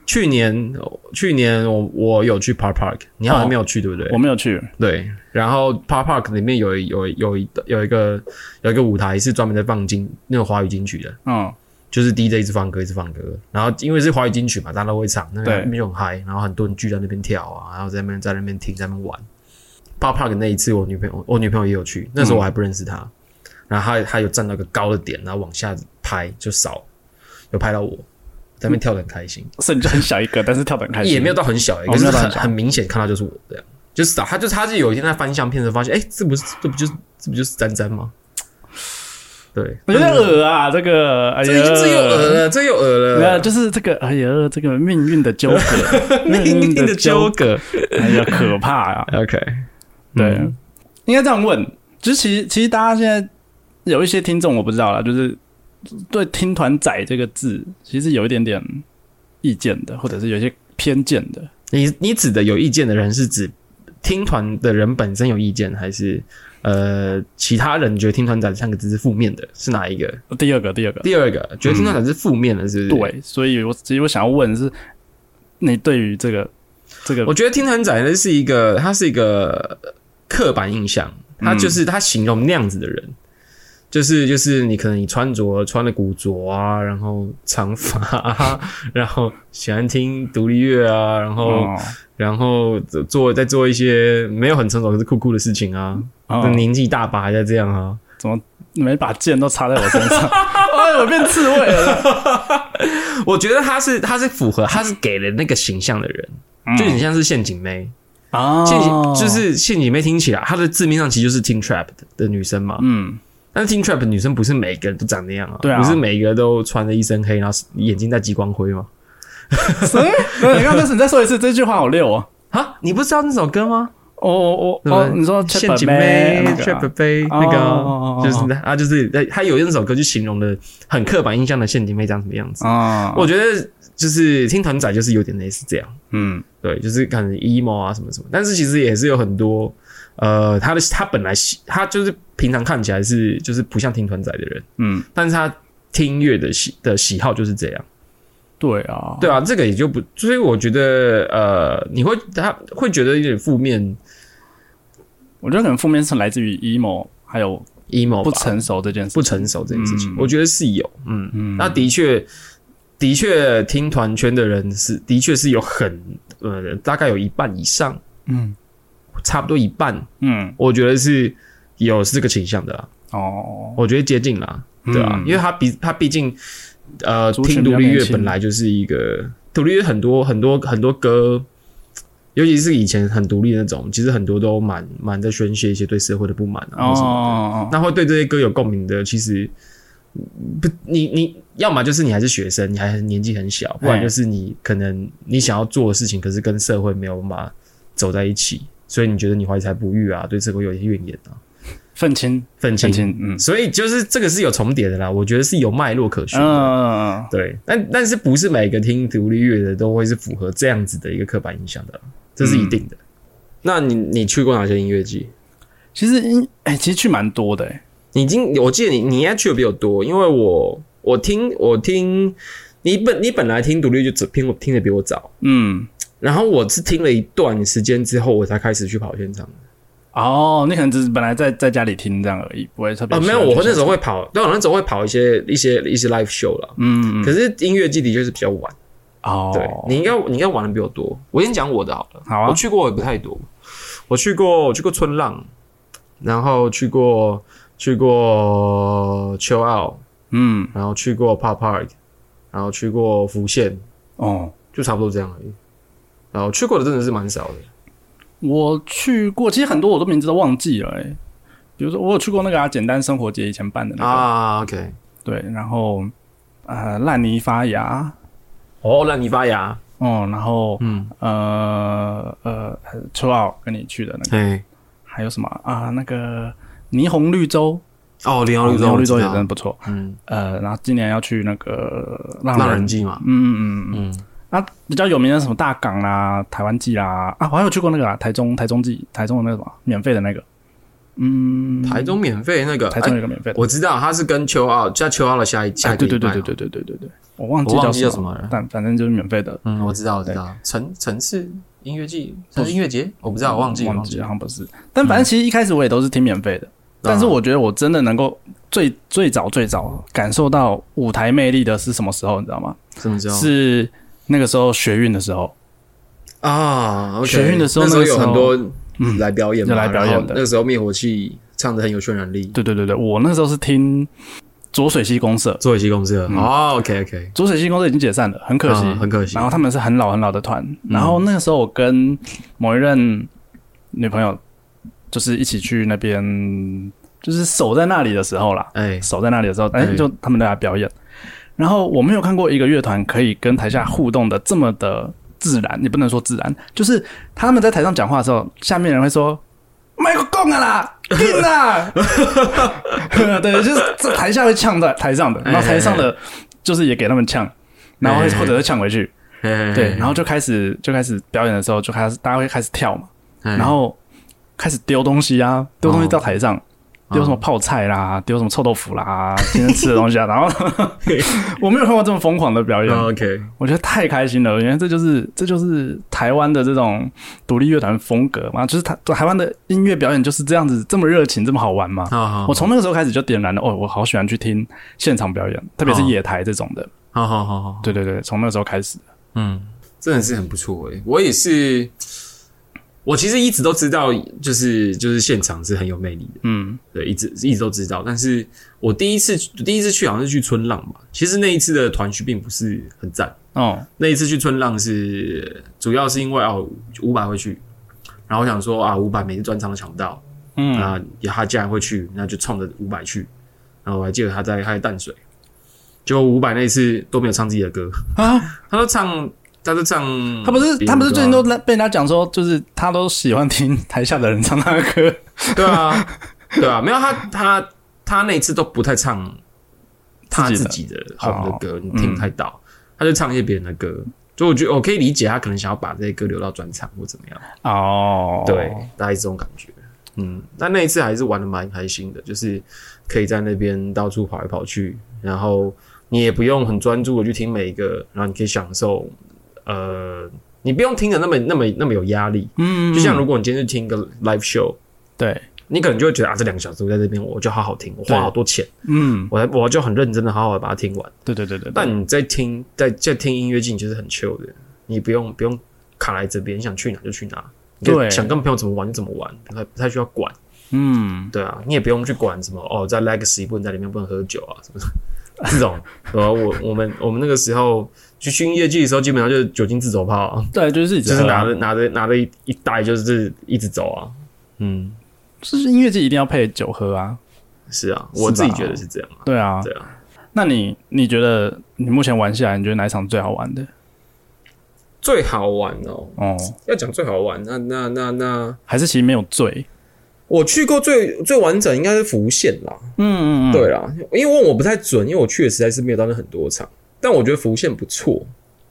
Speaker 2: 去年去年我我有去 Park Park，你好像
Speaker 1: 哦
Speaker 2: 没有去，对不对？
Speaker 1: 我没有去，
Speaker 2: 对，然后 Park Park 里面有有有一有一个有一个舞台是专门在放金那个华语金曲的，
Speaker 1: 嗯，
Speaker 2: 就是 DJ 一直放歌，一直放歌，然后因为是华语金曲嘛，大家都会唱，那
Speaker 1: 对
Speaker 2: 边就很嗨，然后很多人聚在那边跳啊，然后在那边在那边听，在那边玩。Park Park 那一次，我女朋友我女朋友也有去，那时候我还不认识她，然后她她有站到一个高的点，然后往下拍就扫，有拍到我，在那边跳的很开心，
Speaker 1: 所以你就很小一个，但是跳得很开心，
Speaker 2: 也没有到很小、欸，
Speaker 1: 哦
Speaker 2: 可
Speaker 1: 没
Speaker 2: 是
Speaker 1: 有到
Speaker 2: 很
Speaker 1: 很小
Speaker 2: 很明显看到就是我这样，就是扫她就是她是有一天在翻相片的时候发现，哎、这不是这不就是这不就是詹詹吗？对，
Speaker 1: 我觉得恶啊，这个，哎呀，
Speaker 2: 这这又恶了，这又恶了，
Speaker 1: 没有，就是这个，哎呀，这个命运的纠葛，
Speaker 2: 命运的纠，葛。
Speaker 1: 哎呀，可怕啊！
Speaker 2: OK，
Speaker 1: 对，
Speaker 2: 嗯
Speaker 1: 应该这样问。就是其实其实大家现在有一些听众我不知道啦，就是对“听团仔”这个字，其实有一点点意见的，或者是有一些偏见的。
Speaker 2: 你你指的有意见的人是指听团的人本身有意见，还是呃其他人觉得听团仔这三个字是负面的？是哪一个？
Speaker 1: 第二个，第二个，
Speaker 2: 第二个觉得听团仔是负面的，是不
Speaker 1: 嗯
Speaker 2: 是？，
Speaker 1: 对，所以我其实我想要问的是，你对于这个这个
Speaker 2: 我觉得听团仔呢是一个，它是一个刻板印象，它就是它形容那样子的人。就是就是你可能你穿着穿的古着啊，然后长发、啊， 然后喜欢听独立乐啊，然后、
Speaker 1: 哦
Speaker 2: 然后做再做一些没有很成熟可是酷酷的事情啊，
Speaker 1: 哦
Speaker 2: 那年纪大把还在这样啊，
Speaker 1: 每把剑都插在我身上， 哎，我变刺猬了。
Speaker 2: 我觉得他是他是符合他是给了那个形象的人，
Speaker 1: 嗯
Speaker 2: 就很像是陷阱妹，
Speaker 1: 啊，
Speaker 2: 陷阱就是陷阱妹听起来，她的字面上其实就是 teen trap 的的女生嘛，
Speaker 1: 嗯，
Speaker 2: 但是 teen trap 的女生不是每个人都长那样啊，
Speaker 1: 对啊
Speaker 2: 不是每个都穿着一身黑，然后眼睛带激光灰吗？
Speaker 1: 所以你刚刚你再说一次这句话，好溜哦。
Speaker 2: 啊，你不知道那首歌吗？
Speaker 1: 哦哦
Speaker 2: 对
Speaker 1: 哦
Speaker 2: 不对
Speaker 1: 哦，你说
Speaker 2: 陷阱妹
Speaker 1: 妹
Speaker 2: trap 杯那个
Speaker 1: 哦哦哦
Speaker 2: 啊，
Speaker 1: 哦
Speaker 2: 就是他就是他有那首歌就形容的很刻板印象的陷阱妹长什么样子。
Speaker 1: 啊，
Speaker 2: 我觉得就是听团仔就是有点类似这样，
Speaker 1: 嗯
Speaker 2: 对，就是可能 emo 啊什么什么，但是其实也是有很多，呃，他的他本来喜他就是平常看起来是就是不像听团仔的人，
Speaker 1: 嗯，
Speaker 2: 但是他听乐的喜的喜好就是这样，
Speaker 1: 对啊，
Speaker 2: 对啊，这个也就不，所以我觉得呃，你会他会觉得有点负面
Speaker 1: 我觉得可能负面是来自于 emo，还有
Speaker 2: emo
Speaker 1: 不
Speaker 2: 吧
Speaker 1: 成熟这件事。
Speaker 2: 不成熟这件事情，
Speaker 1: 嗯
Speaker 2: 我觉得是有，嗯
Speaker 1: 嗯
Speaker 2: 那的确，的确，听团圈的人是，的确是有很，呃，大概有一半以上，
Speaker 1: 嗯
Speaker 2: 差不多一半，
Speaker 1: 嗯
Speaker 2: 我觉得是有是这个倾向的啦，
Speaker 1: 哦，
Speaker 2: 我觉得接近啦，对啊，
Speaker 1: 嗯
Speaker 2: 因为他毕他毕竟，呃，
Speaker 1: 族群
Speaker 2: 听独立
Speaker 1: 比较
Speaker 2: 乐
Speaker 1: 年轻
Speaker 2: 本来就是一个独立乐很多很多很多歌。尤其是以前很独立的那种，其实很多都蛮蛮在宣泄一些对社会的不满啊，或什么的
Speaker 1: 哦
Speaker 2: 那会对这些歌有共鸣的，其实嗯不，你你要么就是你还是学生，你还很年纪很小，
Speaker 1: 哎
Speaker 2: 不然就是你可能你想要做的事情，可是跟社会没有办法走在一起，所以你觉得你怀才不遇啊，对社会有一些怨言啊，
Speaker 1: 愤青
Speaker 2: 愤
Speaker 1: 愤
Speaker 2: 青。
Speaker 1: 青，嗯
Speaker 2: 所以就是这个是有重叠的啦，我觉得是有脉络可循的。
Speaker 1: 嗯，
Speaker 2: 对，但但是不是每个听独立乐的都会是符合这样子的一个刻板印象的啦，这是一定的。嗯那你你去过哪些音乐季？
Speaker 1: 其实音哎，其实去蛮多的，哎
Speaker 2: 你已经，我记得你你应该去的比我多，因为我我听我听你本你本来听独立就只听听的比我早，
Speaker 1: 嗯。
Speaker 2: 然后我是听了一段时间之后，我才开始去跑现场的。
Speaker 1: 哦，你可能只是本来在在家里听这样而已，不会特别
Speaker 2: 哦，
Speaker 1: 喜
Speaker 2: 没
Speaker 1: 欢
Speaker 2: 有，
Speaker 1: 去现场。
Speaker 2: 我那时候会跑，对，我那时候会跑一些一些一些 live show 啦。
Speaker 1: 嗯，嗯
Speaker 2: 可是音乐季的确是比较晚，
Speaker 1: 哦，
Speaker 2: 对你应该你应该玩的比我多。我先讲我的好了，
Speaker 1: 好啊
Speaker 2: 我去过也不太多，我去过我去过春浪，然后去过去过秋奥，
Speaker 1: 嗯，
Speaker 2: 然后去过 Pop Park，然后去过福建，
Speaker 1: 哦，
Speaker 2: 就差不多这样而已。然后去过的真的是蛮少的，
Speaker 1: 我去过，其实很多我都名字都忘记了、欸，比如说我有去过那个、啊、简单生活节以前办的那个，
Speaker 2: 啊。OK，
Speaker 1: 对，然后呃烂泥发芽，
Speaker 2: 哦，那你发芽，
Speaker 1: 哦，然后
Speaker 2: 嗯，
Speaker 1: 呃呃秋奥跟你去的那个，
Speaker 2: 对，
Speaker 1: 还有什么啊、那个霓虹绿洲，
Speaker 2: 哦，零幺
Speaker 1: 哦
Speaker 2: 六
Speaker 1: 霓虹绿洲
Speaker 2: 我
Speaker 1: 也
Speaker 2: 知道
Speaker 1: 真的不错，
Speaker 2: 嗯，
Speaker 1: 呃，然后今年要去那个浪
Speaker 2: 浪人
Speaker 1: 人
Speaker 2: 记嘛，
Speaker 1: 嗯嗯嗯嗯，
Speaker 2: 嗯，
Speaker 1: 啊，比较有名的什么大港啊啦、台湾记啦，啊，我还有去过那个、啊、台中台中记，台中的那个什么免费的那个嗯，
Speaker 2: 台中免费那个，
Speaker 1: 台中有
Speaker 2: 哎
Speaker 1: 一个免费的，
Speaker 2: 我知道他是跟秋奥加秋奥的下一下
Speaker 1: 哎，
Speaker 2: 一个
Speaker 1: 对对
Speaker 2: 礼拜
Speaker 1: 对
Speaker 2: 嘛
Speaker 1: 对，对对对对对，我忘记
Speaker 3: 我忘
Speaker 1: 叫
Speaker 3: 记
Speaker 1: 什
Speaker 3: 叫
Speaker 1: 么，
Speaker 3: 什么了
Speaker 1: 但反正就是免费的，
Speaker 3: 嗯，我知道，我知
Speaker 1: 对
Speaker 3: 道，城城市音乐季，城市音乐节，我不知道，我忘记，嗯
Speaker 1: 忘记好像不是，但反正其实一开始我也都是听免费的，但是我觉得我真的能够最最早最早感受到舞台魅力的是什么时候，你知道吗？
Speaker 3: 怎么知道？
Speaker 1: 是那个时候学运的时候，
Speaker 2: 啊，OK，
Speaker 1: 学运的时候
Speaker 2: 那
Speaker 1: 那
Speaker 2: 时
Speaker 1: 个
Speaker 2: 候有很多
Speaker 1: 嗯，
Speaker 2: 来表演嘛，
Speaker 1: 有来表演的
Speaker 2: 然后那个时候灭火器唱的很有渲染力，
Speaker 1: 对对对对，我那时候是听浊水溪公社，
Speaker 2: 做有些公司哦，OK OK，啊
Speaker 1: 浊水溪公社已经解散了，很可
Speaker 3: 嗯
Speaker 1: 惜，
Speaker 2: 很可惜
Speaker 1: 然，后他们是很老很老的团，然后那个时候我跟某一任女朋友就是一起去那边，就是守在那里的时候啦，
Speaker 2: 哎，
Speaker 1: 守在那里的时候，哎、
Speaker 2: 嗯
Speaker 1: 就他们在那表演。然后我没有看过一个乐团可以跟台下互动的这么的自然，也不能说自然，就是他们在台上讲话的时候，下面人会说“麦克讲啊啦，定啦”，对，就是这台下会呛在台上的，然后台上的就是也给他们呛，然后会
Speaker 2: 哎
Speaker 1: 或者是呛回去，对，
Speaker 2: 对
Speaker 1: 然后就开始就开始表演的时候，就开始大家会开始跳嘛，
Speaker 2: 然
Speaker 1: 然后开始丢东西啊，丢东西到台上，
Speaker 2: 哦
Speaker 1: 丢什么泡菜啦，丢什么臭豆腐啦，今天吃的东西啊，然后我没有看过这么疯狂的表演，
Speaker 2: 哦 OK，
Speaker 1: 我觉得太开心了，因为这就是这就是台湾的这种独立乐团风格嘛，就是台台湾的音乐表演就是这样子，这么热情，这么好玩嘛。
Speaker 2: 好好
Speaker 1: 我从那个时候开始就点燃了，哦，我好喜欢去听现场表演，特别是
Speaker 2: 哦
Speaker 1: 野台这种的。
Speaker 2: 好好好好，
Speaker 1: 对对对，从那个时候开始。
Speaker 2: 嗯，真的是很不错诶，我也是。我其实一直都知道，就是就是现场是很有魅力的，
Speaker 1: 嗯
Speaker 2: 对，一直一直都知道。但是我第一次第一次去好像是去春浪吧，其实那一次的团序并不是很赞，
Speaker 1: 哦
Speaker 2: 那一次去春浪是主要是因为哦伍佰会去，然后我想说啊伍佰每次专场都抢不到，
Speaker 1: 嗯
Speaker 2: 那、他既然会去，那就冲着伍佰去。然后我还记得他在他在淡水，结果伍佰那一次都没有唱自己的歌，
Speaker 1: 啊，
Speaker 2: 他都唱他都唱
Speaker 1: 他不是
Speaker 2: 别人的歌啊，
Speaker 1: 他不是最近都被人家讲说，就是他都喜欢听台下的人唱他的 歌，
Speaker 2: 对啊对啊，没有他他他那一次都不太唱他
Speaker 1: 自己
Speaker 2: 自
Speaker 1: 的
Speaker 2: 己的红的歌，你
Speaker 1: 嗯
Speaker 2: 听不太到，他就唱一些别人的歌。就我觉得我可以理解他可能想要把这些歌留到专场或怎么样。
Speaker 1: 哦，
Speaker 2: 对，大概是这种感觉。嗯，但那一次还是玩的蛮开心的，就是可以在那边到处跑来跑去，然后你也不用很专注的去听每一个，然后你可以享受，呃，你不用听的那么那么那么有压力。
Speaker 1: 嗯，
Speaker 2: 就像如果你今天去听一个 live show，
Speaker 1: 对，
Speaker 2: 你可能就会觉得啊，这两个小时我在这边我就好好听，我
Speaker 1: 对
Speaker 2: 花好多钱，
Speaker 1: 嗯，
Speaker 2: 我我就很认真的好好地把它听完。
Speaker 1: 对对对对，对
Speaker 2: 但你在听在在听音乐剧，你就是很 chill 的，你不用不用卡来这边，你想去哪就去哪，你
Speaker 1: 对
Speaker 2: 就想跟朋友怎么玩就怎么玩，不太不太需要管，
Speaker 1: 嗯，
Speaker 2: 对啊，你也不用去管什么哦，在 Legacy 不能在里面不能喝酒啊什么的 这种，呃，我我们我们那个时候去去音乐剧的时候，基本上就是酒精自走炮、啊，
Speaker 1: 对，就是自己
Speaker 2: 就是
Speaker 1: 喝啊
Speaker 2: 拿着拿着拿着一一袋就是一直走啊，嗯，
Speaker 1: 就是音乐剧一定要配酒喝啊，
Speaker 2: 是啊，
Speaker 1: 是吧
Speaker 2: 我自己觉得是这样啊，
Speaker 1: 对啊，
Speaker 2: 对啊，
Speaker 1: 那你你觉得你目前玩下来，你觉得哪一场最好玩的？
Speaker 2: 最好玩哦，
Speaker 1: 哦，
Speaker 2: 要讲最好玩，那那那那。
Speaker 1: 还是其实没有醉？
Speaker 2: 我去过最最完整应该是浮现啦，
Speaker 1: 嗯嗯嗯，
Speaker 2: 对啦，因为我不太准，因为我去的实在是没有到那很多场，但我觉得浮现不错。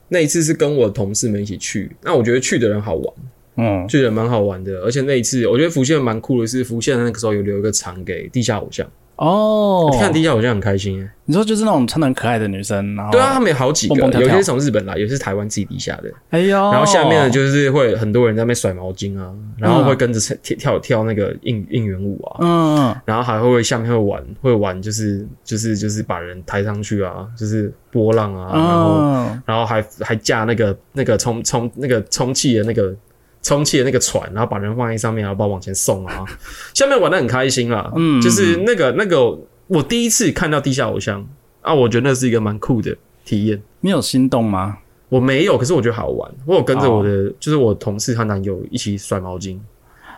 Speaker 2: 那一次是跟我同事们一起去，那我觉得去的人好玩，
Speaker 1: 嗯，
Speaker 2: 去的人蛮好玩的，而且那一次我觉得浮现蛮酷的是，浮现那个时候有留一个场给地下偶像，
Speaker 1: 哦，
Speaker 2: 看地下偶像很开心耶、
Speaker 1: 你说就是那种穿的很可爱的女生，然后
Speaker 2: 对啊，他，们有好几个，
Speaker 1: 哦蹦蹦跳
Speaker 2: 有
Speaker 1: 跳
Speaker 2: 些是从日本来，有些是台湾自己地下的，
Speaker 1: 哎呦，
Speaker 2: 然后下面呢就是会有很多人在那边甩毛巾啊，然后会跟着跳跳跳那个应应援舞啊，
Speaker 1: 嗯，嗯
Speaker 2: 然后还会下面会玩，会玩就是就是就是把人抬上去啊，就是波浪啊，然后
Speaker 1: 嗯，
Speaker 2: 然后还还架那个那个充充那个充气的那个充气的那个船，然后把人放在上面，然后把往前送啊，下面玩的很开心啦，
Speaker 1: 嗯
Speaker 2: 就是那个那个我第一次看到地下偶像啊，我觉得那是一个蛮酷的体验。
Speaker 1: 你有心动吗？
Speaker 2: 我没有，可是我觉得好玩。我有跟着我的就是我同事她男友一起甩毛巾，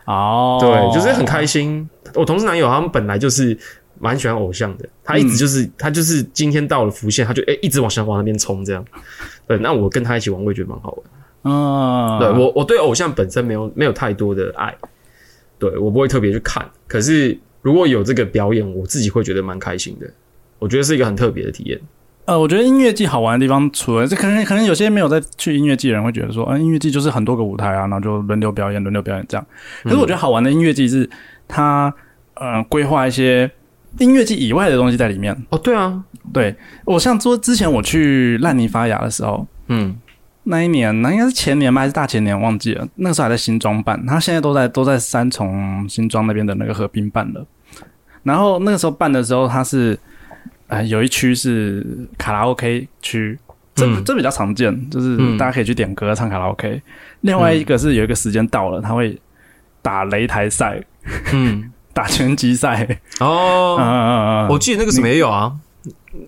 Speaker 1: 哦，
Speaker 2: 对，就是很开心。我同事男友他们本来就是蛮喜欢偶像的，他一
Speaker 3: 嗯
Speaker 2: 直就是、他就是今天到了浮现，他就哎、一直往想往那边冲这样。对，那我跟他一起玩，我也觉得蛮好玩。
Speaker 3: 啊
Speaker 1: 嗯，
Speaker 2: 对我我对偶像本身没有没有太多的爱，对我不会特别去看。可是如果有这个表演，我自己会觉得蛮开心的。我觉得是一个很特别的体验。
Speaker 1: 呃，我觉得音乐季好玩的地方，除了这，可能可能有些没有在去音乐季的人会觉得说，嗯、音乐季
Speaker 2: 嗯
Speaker 1: 就是很多个舞台啊，然后就轮流表演，轮流表演这样。可是我觉得好玩的音乐季是它呃规划一些音乐季以外的东西在里面。
Speaker 2: 哦，对啊，
Speaker 1: 对我像说之前我去烂泥发芽的时候，
Speaker 2: 嗯，
Speaker 1: 那一年那应该是前年吧，还是大前年忘记了，那个时候还在新庄办，他现在都在都在三重新庄那边的那个河滨办了。然后那个时候办的时候，它是呃有一区是卡拉 OK 区。这、
Speaker 2: 嗯
Speaker 1: 这比较常见，就是
Speaker 2: 嗯
Speaker 1: 大家可以去点歌、唱卡拉 OK。另
Speaker 3: 嗯
Speaker 1: 外一个是有一个时间到了，他会打擂台赛、
Speaker 3: 嗯，
Speaker 1: 打拳击赛。 嗯
Speaker 3: 哦，
Speaker 1: 嗯嗯
Speaker 3: 我
Speaker 1: 嗯，
Speaker 3: 记得那个什么也有啊，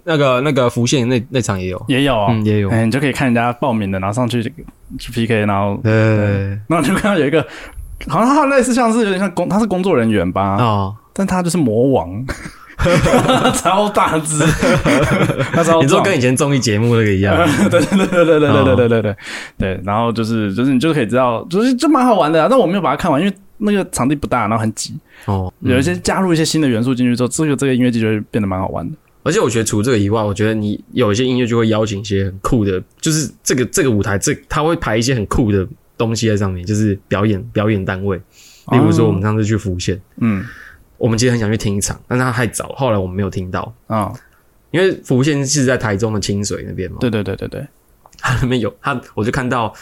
Speaker 3: 那个那个浮现那那场也有，
Speaker 1: 也有、哦，
Speaker 3: 嗯，也有
Speaker 1: 哎、，你就可以看人家报名的，然后上去去 PK，然后
Speaker 3: 呃，
Speaker 1: 然后你就看到有一个，好像他类似像是有点像工，他是工作人员
Speaker 2: 啊
Speaker 1: 吧，
Speaker 3: 哦，
Speaker 1: 但他就是魔 王，超大只，他超
Speaker 3: 你说
Speaker 1: 壮
Speaker 3: 跟以前综艺节目那个一样，
Speaker 1: 对对对对对对对对
Speaker 2: 哦
Speaker 1: 对对对，然后就是就是你就可以知道，就是就蛮好玩的、啊，但我没有把它看完，因为那个场地不大，然后很挤，
Speaker 3: 哦，
Speaker 2: 嗯
Speaker 1: 有一些加入一些新的元素进去之后，这个这个音乐季就会变得蛮好玩的。
Speaker 2: 而且我觉得除这个以外，我觉得你有一些音乐就会邀请一些很酷的，就是这个这个舞台，这他会排一些很酷的东西在上面，就是表演表演单位。例如说，我们上次去浮现，
Speaker 1: 嗯
Speaker 2: 我们其实很想去听一场，但是他太早，后来我们没有听到，
Speaker 1: 啊、
Speaker 2: 因为浮现是在台中的清水那边嘛，
Speaker 1: 对对对对对，
Speaker 2: 它里面有他，我就看到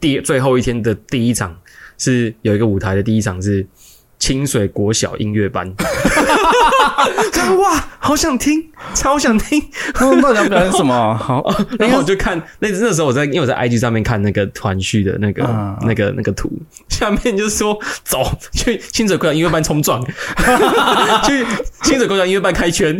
Speaker 2: 第最后一天的第一场是有一个舞台的第一场是清水国小音乐班， 看哇，好想听，超想听，
Speaker 1: 他们到底要表演什么？啊好，
Speaker 2: 然后我就看那那时候我在因为我在 IG 上面看那个团序的那个、
Speaker 1: 嗯嗯
Speaker 2: 那个那个图，下面就是说走去清水国小音乐班冲撞， 去清水国小音乐班开圈，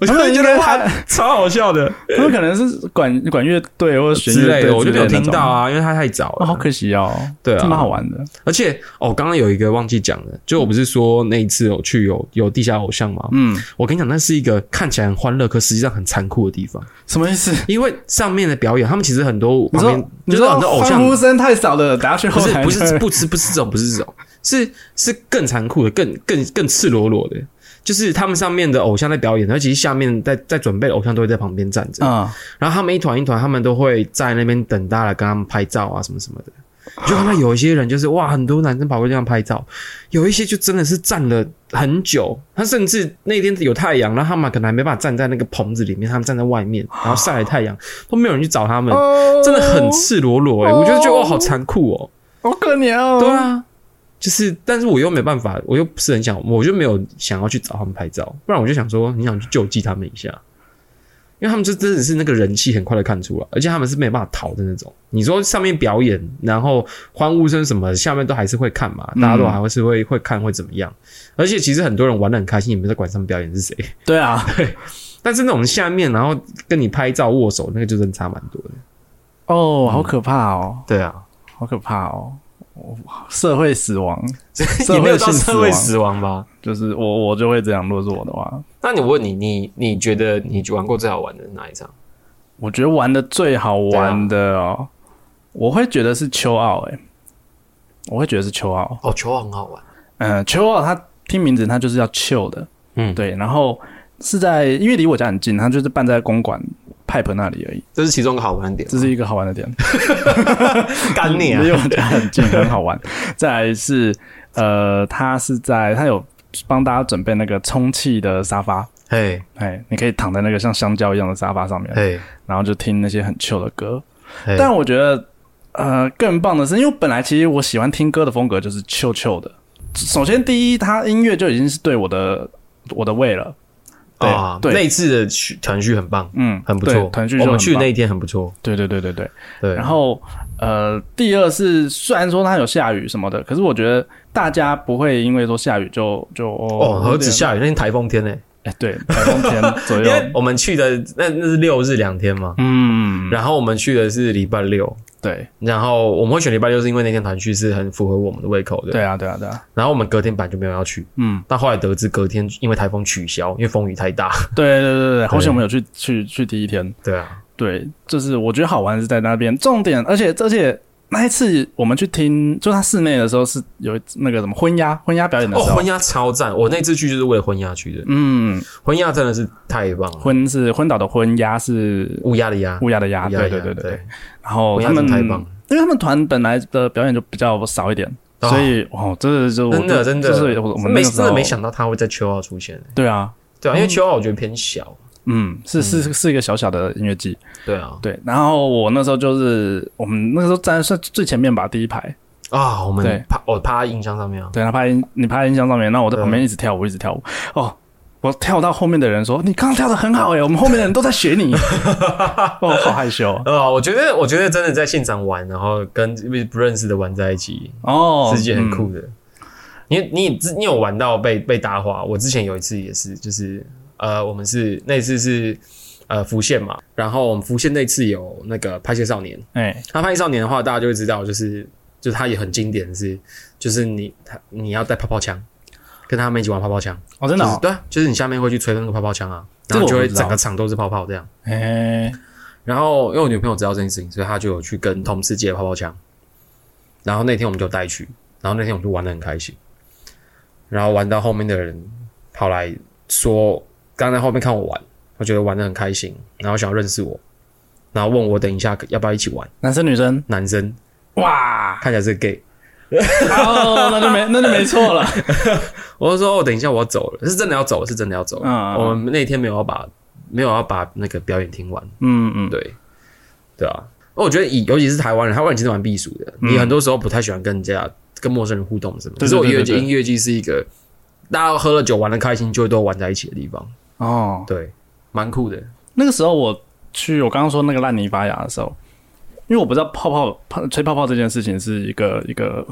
Speaker 2: 我就
Speaker 1: 他们
Speaker 2: 觉
Speaker 1: 应
Speaker 2: 得
Speaker 1: 该
Speaker 2: 哇
Speaker 1: 还
Speaker 2: 超好笑的
Speaker 1: 他们可能是管管乐队或者弦
Speaker 2: 之
Speaker 1: 乐
Speaker 2: 类
Speaker 1: 队
Speaker 2: 的，我就没有听到
Speaker 1: 啊，
Speaker 2: 啊，因为它太早
Speaker 1: 哦
Speaker 2: 了。
Speaker 1: 好可惜哦，
Speaker 2: 对
Speaker 1: 这
Speaker 2: 啊，
Speaker 1: 蛮好玩的。
Speaker 2: 而且哦，刚刚有一个忘记讲了，就我不是说那一次有去有有地下偶像吗？
Speaker 1: 嗯，
Speaker 2: 我跟你讲，那是一个看起来很欢乐，可实际上很残酷的地方，
Speaker 1: 什么意思？
Speaker 2: 因为上面的表演，他们其实很多
Speaker 1: 你
Speaker 2: 旁边
Speaker 1: 说你
Speaker 2: 就是
Speaker 1: 说
Speaker 2: 很多偶像
Speaker 1: 欢呼声太少了，等下去
Speaker 2: 不
Speaker 1: 后
Speaker 2: 是
Speaker 1: 台
Speaker 2: 不是
Speaker 1: 对
Speaker 2: 不是不是这种，不是这种，是是更残酷的，更更更赤裸裸的。就是他们上面的偶像在表演，而其实下面在在准备的偶像都会在旁边站 着，
Speaker 1: 啊
Speaker 2: 然后他们一团一团，他们都会在那边等大家来跟他们拍照啊什么什么的。你就看到有一些人就是哇，很多男生跑过去这样拍照，有一些就真的是站了很久，他甚至那天有太阳，然后他们可能还没办法站在那个棚子里面，他们站在外面，然后晒了太阳，都没有人去找他们，哦真的很赤裸裸欸诶、我就觉得哇，好残酷哦、
Speaker 1: 好可怜哦。
Speaker 2: 对啊，就是，但是我又没办法，我又不是很想，我就没有想要去找他们拍照，不然我就想说，你想去救济他们一下，因为他们就真的是那个人气很快的看出来，而且他们是没办法逃的那种。你说上面表演，然后欢呼声什么，下面都还是会看嘛，
Speaker 3: 嗯
Speaker 2: 大家都还会是会会看会怎么样，而且其实很多人玩的很开心，也没在管上面表演是谁，
Speaker 1: 对啊，
Speaker 2: 但是那种下面然后跟你拍照握手，那个就真的差蛮多的。
Speaker 1: 哦，好可怕哦，
Speaker 2: 对啊，
Speaker 1: 好可怕哦。我社会死 亡
Speaker 3: 也没有啊
Speaker 1: 社
Speaker 3: 到
Speaker 1: 会性
Speaker 3: 社会
Speaker 1: 死
Speaker 3: 死亡吧？
Speaker 1: 就是我，我就会这样。如果是我的话，
Speaker 3: 那你问你，你你觉得你玩过最好玩的是哪一场？
Speaker 1: 我觉得玩的最好玩的
Speaker 2: 啊
Speaker 1: 哦，我会觉得是秋奥，哎，我会觉得是秋奥。
Speaker 3: 哦，球网很好玩，
Speaker 1: 嗯，秋奥它听名字它就是要 chill 的，
Speaker 3: 嗯，
Speaker 1: 对，然后是在因为离我家很近，它就是办在公馆 Pipe 那里而已，
Speaker 3: 这是其中一个好玩的点。
Speaker 1: 这是一个好玩的点。
Speaker 3: 干你啊
Speaker 1: 离！我家很近，很好玩。再来是呃，它是在它有帮大家准备那个充气的沙发，
Speaker 2: 嘿，
Speaker 1: 哎，你可以躺在那个像香蕉一样的沙发上面，
Speaker 2: 嘿，
Speaker 1: 然后就听那些很 chill 的歌。
Speaker 2: 嘿
Speaker 1: 但我觉得呃更棒的是，因为本来其实我喜欢听歌的风格就是 chill chill 的。首先第一，它音乐就已经是对我的我的胃了。对、
Speaker 2: 啊，
Speaker 1: 对，
Speaker 2: 那一次的序团序很棒。
Speaker 1: 嗯，
Speaker 2: 很不
Speaker 1: 对
Speaker 2: 错，
Speaker 1: 团聚
Speaker 2: 我
Speaker 1: 就
Speaker 2: 们
Speaker 1: 很
Speaker 2: 去
Speaker 1: 棒
Speaker 2: 那一天很不错。
Speaker 1: 对对对对对。
Speaker 2: 对，
Speaker 1: 然后呃，第二是虽然说它有下雨什么的，可是我觉得大家不会因为说下雨就就
Speaker 2: 哦，何止
Speaker 1: 有点
Speaker 2: 下雨，那天台风天呢、
Speaker 1: 哎、对，台风 天左
Speaker 2: 因
Speaker 1: 右，
Speaker 2: 为我们去的那那是六日两天嘛，
Speaker 1: 嗯，
Speaker 2: 然后我们去的是礼拜六，
Speaker 1: 对
Speaker 2: 然后我们会选礼拜六是因为那天团去是很符合我们的胃口的。，
Speaker 1: 对啊对啊对啊，
Speaker 2: 然后我们隔天本来就没有要去，
Speaker 1: 嗯，
Speaker 2: 但后来得知隔天因为台风取消，因为风雨太大。
Speaker 1: 对对对对，好险我们有去去去第一天，
Speaker 2: 对啊，
Speaker 1: 对，就是我觉得好玩的是在那边，重点，而且而且。那一次我们去听，就他室内的时候是有一那个什么婚鸦婚鸦表演的
Speaker 2: 哦
Speaker 1: 时，候，
Speaker 2: 婚鸦超赞，我那次去就是为了婚鸦去的，
Speaker 1: 嗯，
Speaker 2: 婚鸦真的是太棒了，
Speaker 1: 婚是昏倒的婚，鸦是
Speaker 2: 乌鸦的鸦，
Speaker 1: 乌鸦的鸦，
Speaker 2: 乌鸦的
Speaker 1: 啊对
Speaker 2: 鸦
Speaker 1: 对对对
Speaker 2: 对
Speaker 1: 对。然后
Speaker 2: 婚
Speaker 1: 他
Speaker 2: 鸦真
Speaker 1: 们
Speaker 2: 的太棒了。
Speaker 1: 因为他们团本来的表演就比较少一点，
Speaker 2: 哦
Speaker 1: 所以哦，真的就
Speaker 2: 真的真的，
Speaker 1: 就是我我们那
Speaker 2: 没
Speaker 1: 个时
Speaker 2: 真
Speaker 1: 候
Speaker 2: 的没想到他会在秋奥出现，
Speaker 1: 对啊，
Speaker 2: 对啊，因为秋奥我觉得偏小，
Speaker 1: 嗯，是是是一个小小的音乐季，
Speaker 2: 对啊，
Speaker 1: 对。然后我那时候就是我们那个时候站在算最前面吧，第一排，
Speaker 2: 啊，我
Speaker 1: 对
Speaker 2: 们趴我趴在音箱上面啊，
Speaker 1: 对他趴在音你趴在音箱上面，然后我在旁边一直跳舞，一直跳舞。哦，我跳到后面的人说：“你刚刚跳的很好哎、我们后面的人都在学 你。”哦，好害羞
Speaker 2: 啊，我觉得我觉得真的在现场玩，然后跟不认识的玩在一起，
Speaker 1: 哦，
Speaker 2: 是一件很
Speaker 1: 嗯。
Speaker 2: 酷的。你你你有玩到被被搭话？我之前有一次也是，就是呃，我们是那一次是呃浮现嘛，然后我们浮现那次有那个拍戏少年，
Speaker 1: 哎、
Speaker 2: 那拍戏少年的话，大家就会知道，就是就是他也很经典是，就是你他你要带泡泡枪，跟他们一起玩泡泡枪，
Speaker 1: 哦，真
Speaker 2: 就
Speaker 1: 的、
Speaker 2: 是
Speaker 1: 哦，
Speaker 2: 对啊，就是你下面会去吹那个泡泡枪啊，
Speaker 1: 这
Speaker 2: 然
Speaker 1: 个
Speaker 2: 后
Speaker 1: 我
Speaker 2: 就
Speaker 1: 不
Speaker 2: 会
Speaker 1: 知道
Speaker 2: 整个场都是泡泡这样。
Speaker 1: 哎、
Speaker 2: 然后因为我女朋友知道这件事情，所以她就有去跟同事借泡泡枪。然后那天我们就带去，然后那天我们就玩的很开心。然后玩到后面的人跑来说，刚才后面看我玩，他觉得玩的很开心，然后想要认识我，然后问我等一下要不要一起玩。
Speaker 1: 男生女生，
Speaker 2: 男生
Speaker 1: 哇，
Speaker 2: 看起来是 gay，
Speaker 1: 哦，那就没那就没错了。
Speaker 2: 我就说我、哦、等一下我要走了，是真的要走了，是真的要走了。
Speaker 1: 嗯嗯嗯
Speaker 2: 我们那天没有要把没有要把那个表演听完，
Speaker 1: 嗯嗯，
Speaker 2: 对，对啊。我觉得以尤其是台湾人，台湾人其实蛮避暑的。你很多时候不太喜欢跟人家、跟陌生人互动什么。
Speaker 1: 嗯对
Speaker 2: 可是我
Speaker 1: 对
Speaker 2: 音
Speaker 1: 对
Speaker 2: 乐季，
Speaker 1: 对对
Speaker 2: 音乐季是一个大家喝了酒玩的开心，就会都玩在一起的地方。
Speaker 1: 哦，
Speaker 2: 对，蛮酷的。
Speaker 1: 那个时候我去我刚刚说那个烂泥发芽的时候，因为我不知道泡泡泡吹泡泡这件事情是一个一个，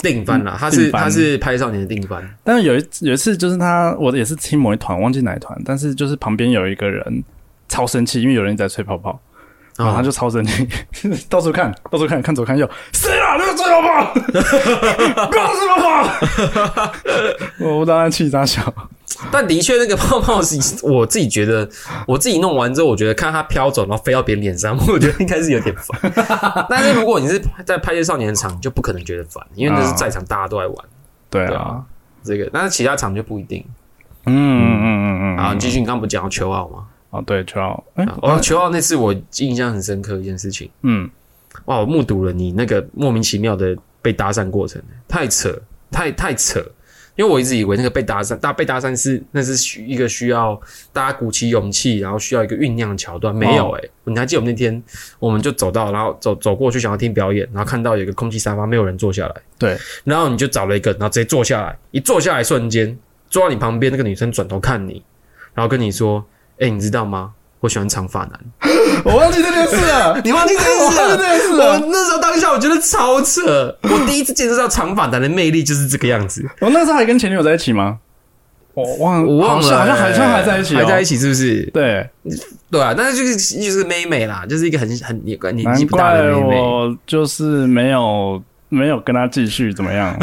Speaker 2: 定番啦，他
Speaker 1: 定
Speaker 2: 是
Speaker 1: 番
Speaker 2: 他是拍少年的定番。
Speaker 1: 但是有一有一次就是他我也是听某一团忘记哪一团，但是就是旁边有一个人超生气，因为有人在吹泡泡，然后他
Speaker 2: 哦
Speaker 1: 就超生气， 到处看到处看看左看右，谁啊那个吹泡泡， 不要吹泡泡，我我当然气他笑，
Speaker 2: 但的确，那个泡泡是我自己觉得，我自己弄完之后，我觉得看它飘走，然后飞到别人脸上，我觉得应该是有点烦。但是如果你是在拍摄少年的场，就不可能觉得烦，因为那是在场大家都在玩
Speaker 1: 对
Speaker 2: 对
Speaker 1: 啊
Speaker 2: 啊，这个，但是其他场就不一定。
Speaker 1: 嗯嗯嗯嗯
Speaker 2: 啊，
Speaker 1: 嗯，
Speaker 2: 你继续，你刚刚不讲到球奥吗？
Speaker 1: 哦对，就要哎
Speaker 2: 啊哦，球奥那次我印象很深刻一件事情，
Speaker 1: 嗯
Speaker 2: 哇，我目睹了你那个莫名其妙的被搭讪过程，太扯，太太扯。因为我一直以为那个被搭讪，大被搭讪是那是需一个需要大家鼓起勇气，然后需要一个酝酿的桥段，没
Speaker 1: 哦
Speaker 2: 有诶、欸你还记得我们那天，我们就走到，然后走走过去想要听表演，然后看到有一个空气沙发，没有人坐下来，
Speaker 1: 对，
Speaker 2: 然后你就找了一个，然后直接坐下来，一坐下来瞬间，坐到你旁边那个女生转头看你，然后跟你说：“哎、你知道吗？我喜欢长发男。
Speaker 1: 我忘记这件事了，
Speaker 2: 你忘记这件事了
Speaker 1: 我忘记这件事了
Speaker 2: 我。那时候当下我觉得超扯，我第一次见识到长发男的魅力就是这个样子。
Speaker 1: 我那时候还跟前女友在一起吗？我忘，
Speaker 2: 我忘了、
Speaker 1: 好像好像好像还在一起、哦，
Speaker 2: 还在一
Speaker 1: 起。
Speaker 2: 起是不是？
Speaker 1: 对，
Speaker 2: 对啊，但是就是就是妹妹啦，就是一个很很年年纪
Speaker 1: 难
Speaker 2: 不大的
Speaker 1: 怪
Speaker 2: 妹妹。
Speaker 1: 我就是没有没有跟他继续怎么 样。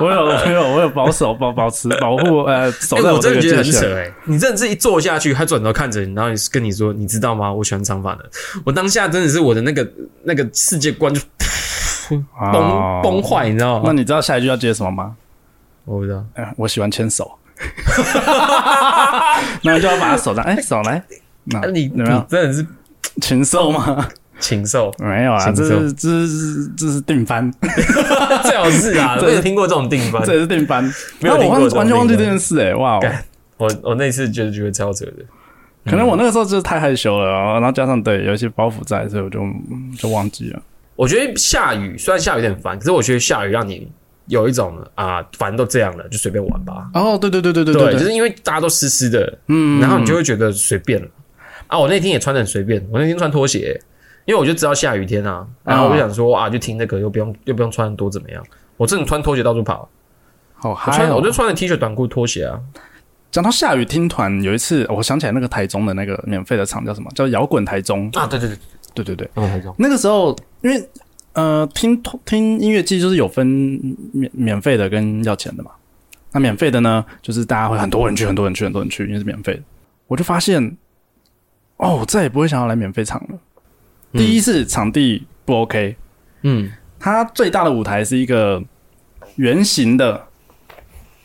Speaker 1: 我有我有我有保守保保持保护呃守
Speaker 2: 哎、
Speaker 1: 在
Speaker 2: 我
Speaker 1: 这
Speaker 2: 真
Speaker 1: 个
Speaker 2: 的觉
Speaker 1: 界
Speaker 2: 得很扯
Speaker 1: 限。
Speaker 2: 哎、你真的是一坐下去，他转头看着你，然后跟你说：“你知道吗？我喜欢长发男。”我当下真的是我的那个那个世界观就崩、
Speaker 1: 哦
Speaker 2: 崩。坏，你知道
Speaker 1: 那
Speaker 2: 吗？
Speaker 1: 你知道下一句要接什么吗？
Speaker 2: 我不知道。
Speaker 1: 呃我喜欢牵 手。 那就要把他手上，哎、手来，那、
Speaker 2: 啊、你
Speaker 1: 有
Speaker 2: 你
Speaker 1: 没有
Speaker 2: 真的是
Speaker 1: 禽兽吗？，
Speaker 2: 禽 兽
Speaker 1: 没有啊，
Speaker 2: 禽
Speaker 1: 这
Speaker 2: 兽
Speaker 1: 是这是这是定 番，
Speaker 2: 最好是啊，
Speaker 1: 对
Speaker 2: 我有听过这种定番。
Speaker 1: 这也是定番。
Speaker 2: 没
Speaker 1: 那
Speaker 2: 有
Speaker 1: 我
Speaker 2: 听过
Speaker 1: 忘
Speaker 2: 这种
Speaker 1: 完全忘记
Speaker 2: 定
Speaker 1: 这件
Speaker 2: 番
Speaker 1: 事哎、哇、哦
Speaker 2: 干嗯我我那次觉得觉得超扯的，
Speaker 1: 可能我那个时候就是太害羞了，然后加上对有一些包袱在，所以我就嗯就忘记了。
Speaker 2: 我觉得下雨虽然下雨有点烦，可是我觉得下雨让你有一种啊，反正都这样了，就随便玩吧。
Speaker 1: 哦，对对对对对
Speaker 2: 就，是因为大家都湿湿的，
Speaker 1: 嗯
Speaker 2: 然后你就会觉得随便了。啊，我那天也穿的很随便，我那天穿拖鞋，因为我就知道下雨天啊，然后我就想说啊，就听那个又不用又不用穿多怎么样，我真的穿拖鞋到处跑，
Speaker 1: 好
Speaker 2: 我
Speaker 1: 嗨
Speaker 2: 穿我
Speaker 1: 哦
Speaker 2: 就！穿了 T 恤短裤拖鞋啊，
Speaker 1: 讲到下雨听团，有一次我想起来那个台中的那个免费的场叫什么？叫摇滚台中。
Speaker 2: 啊对对对，
Speaker 1: 对对对，
Speaker 3: 那台中
Speaker 1: 那个时候因为呃听听音乐季就是有分免免费的跟要钱的嘛。那免费的呢，就是大家会很多人去，很多人去，很多人去，因为是免费的。我就发现，哦，我再也不会想要来免费场了。第一是场地不 OK，
Speaker 2: 嗯
Speaker 1: 它最大的舞台是一个圆形的，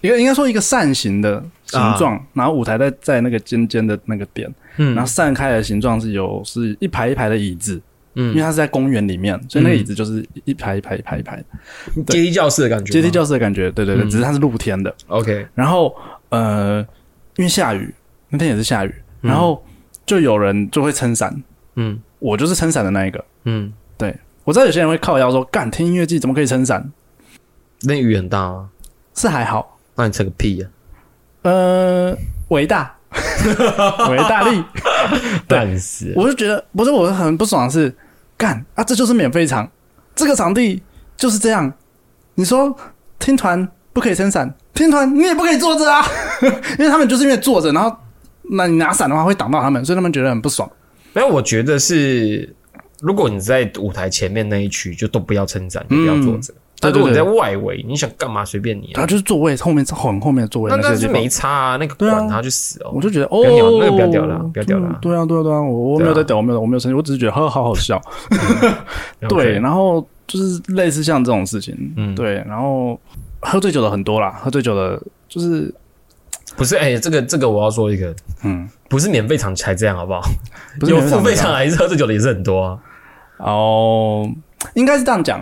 Speaker 1: 一个应该说一个扇形的形
Speaker 2: 啊
Speaker 1: 状，然后舞台在在那个尖尖的那个点，
Speaker 2: 嗯
Speaker 1: 然后散开的形状是有是一排一排的椅子，
Speaker 2: 嗯
Speaker 1: 因为它是在公园里面，所以那个椅子就是一排一排一排一排
Speaker 2: 嗯
Speaker 1: 的
Speaker 2: 阶梯教室的感觉吗，
Speaker 1: 阶梯教室的感觉。对对对，
Speaker 3: 嗯
Speaker 1: 只是它是露天的。
Speaker 2: OK，
Speaker 1: 然后呃，因为下雨，那天也是下雨，然后就有人就会撑伞，
Speaker 2: 嗯
Speaker 1: 我就是撑伞的那一个。
Speaker 2: 嗯，
Speaker 1: 我知道有些人会靠腰说，干听音乐季怎么可以撑伞？
Speaker 2: 那雨很大吗？
Speaker 1: 是还好，
Speaker 2: 那你撑个屁啊呀！
Speaker 1: 呃，伟大， 伟大力，
Speaker 2: 但是
Speaker 1: 我就觉得不是我很不爽的是，干啊，这就是免费场，这个场地就是这样。你说听团不可以撑伞，听团你也不可以坐着啊， 因为他们就是因为坐着，然后那你拿伞的话会挡到他们，所以他们觉得很不爽。
Speaker 2: 没有，我觉得是，如果你在舞台前面那一区，就都不要撑伞，就不要坐着。但
Speaker 1: 对对对
Speaker 2: 如果你在外围，你想干嘛随便你
Speaker 1: 然
Speaker 2: 啊
Speaker 1: 后。就是座位后面很后面的座位
Speaker 2: 那
Speaker 1: 些
Speaker 2: 但
Speaker 1: 地
Speaker 2: 是
Speaker 1: 方
Speaker 2: 没差啊，那个
Speaker 1: 对啊
Speaker 2: 管他去死哦
Speaker 1: 我。就觉得哦
Speaker 2: 要屌，那个不要屌了不要屌了
Speaker 1: 对啊，对啊，对啊，我我没有在屌，我没有，我没有生气，我只是觉得呵，好好笑。对，
Speaker 2: OK，
Speaker 1: 然后就是类似像这种事情，
Speaker 2: 嗯
Speaker 1: 对，然后喝醉酒的很多啦，喝醉酒的就是
Speaker 2: 不是哎，这个这个我要说一个，
Speaker 1: 嗯，
Speaker 2: 不是免费场才这样好不好？
Speaker 1: 不是
Speaker 2: 有
Speaker 1: 免
Speaker 2: 付费
Speaker 1: 场
Speaker 2: 场还是喝醉酒的也是很多啊。
Speaker 1: 哦，应该是这样 讲，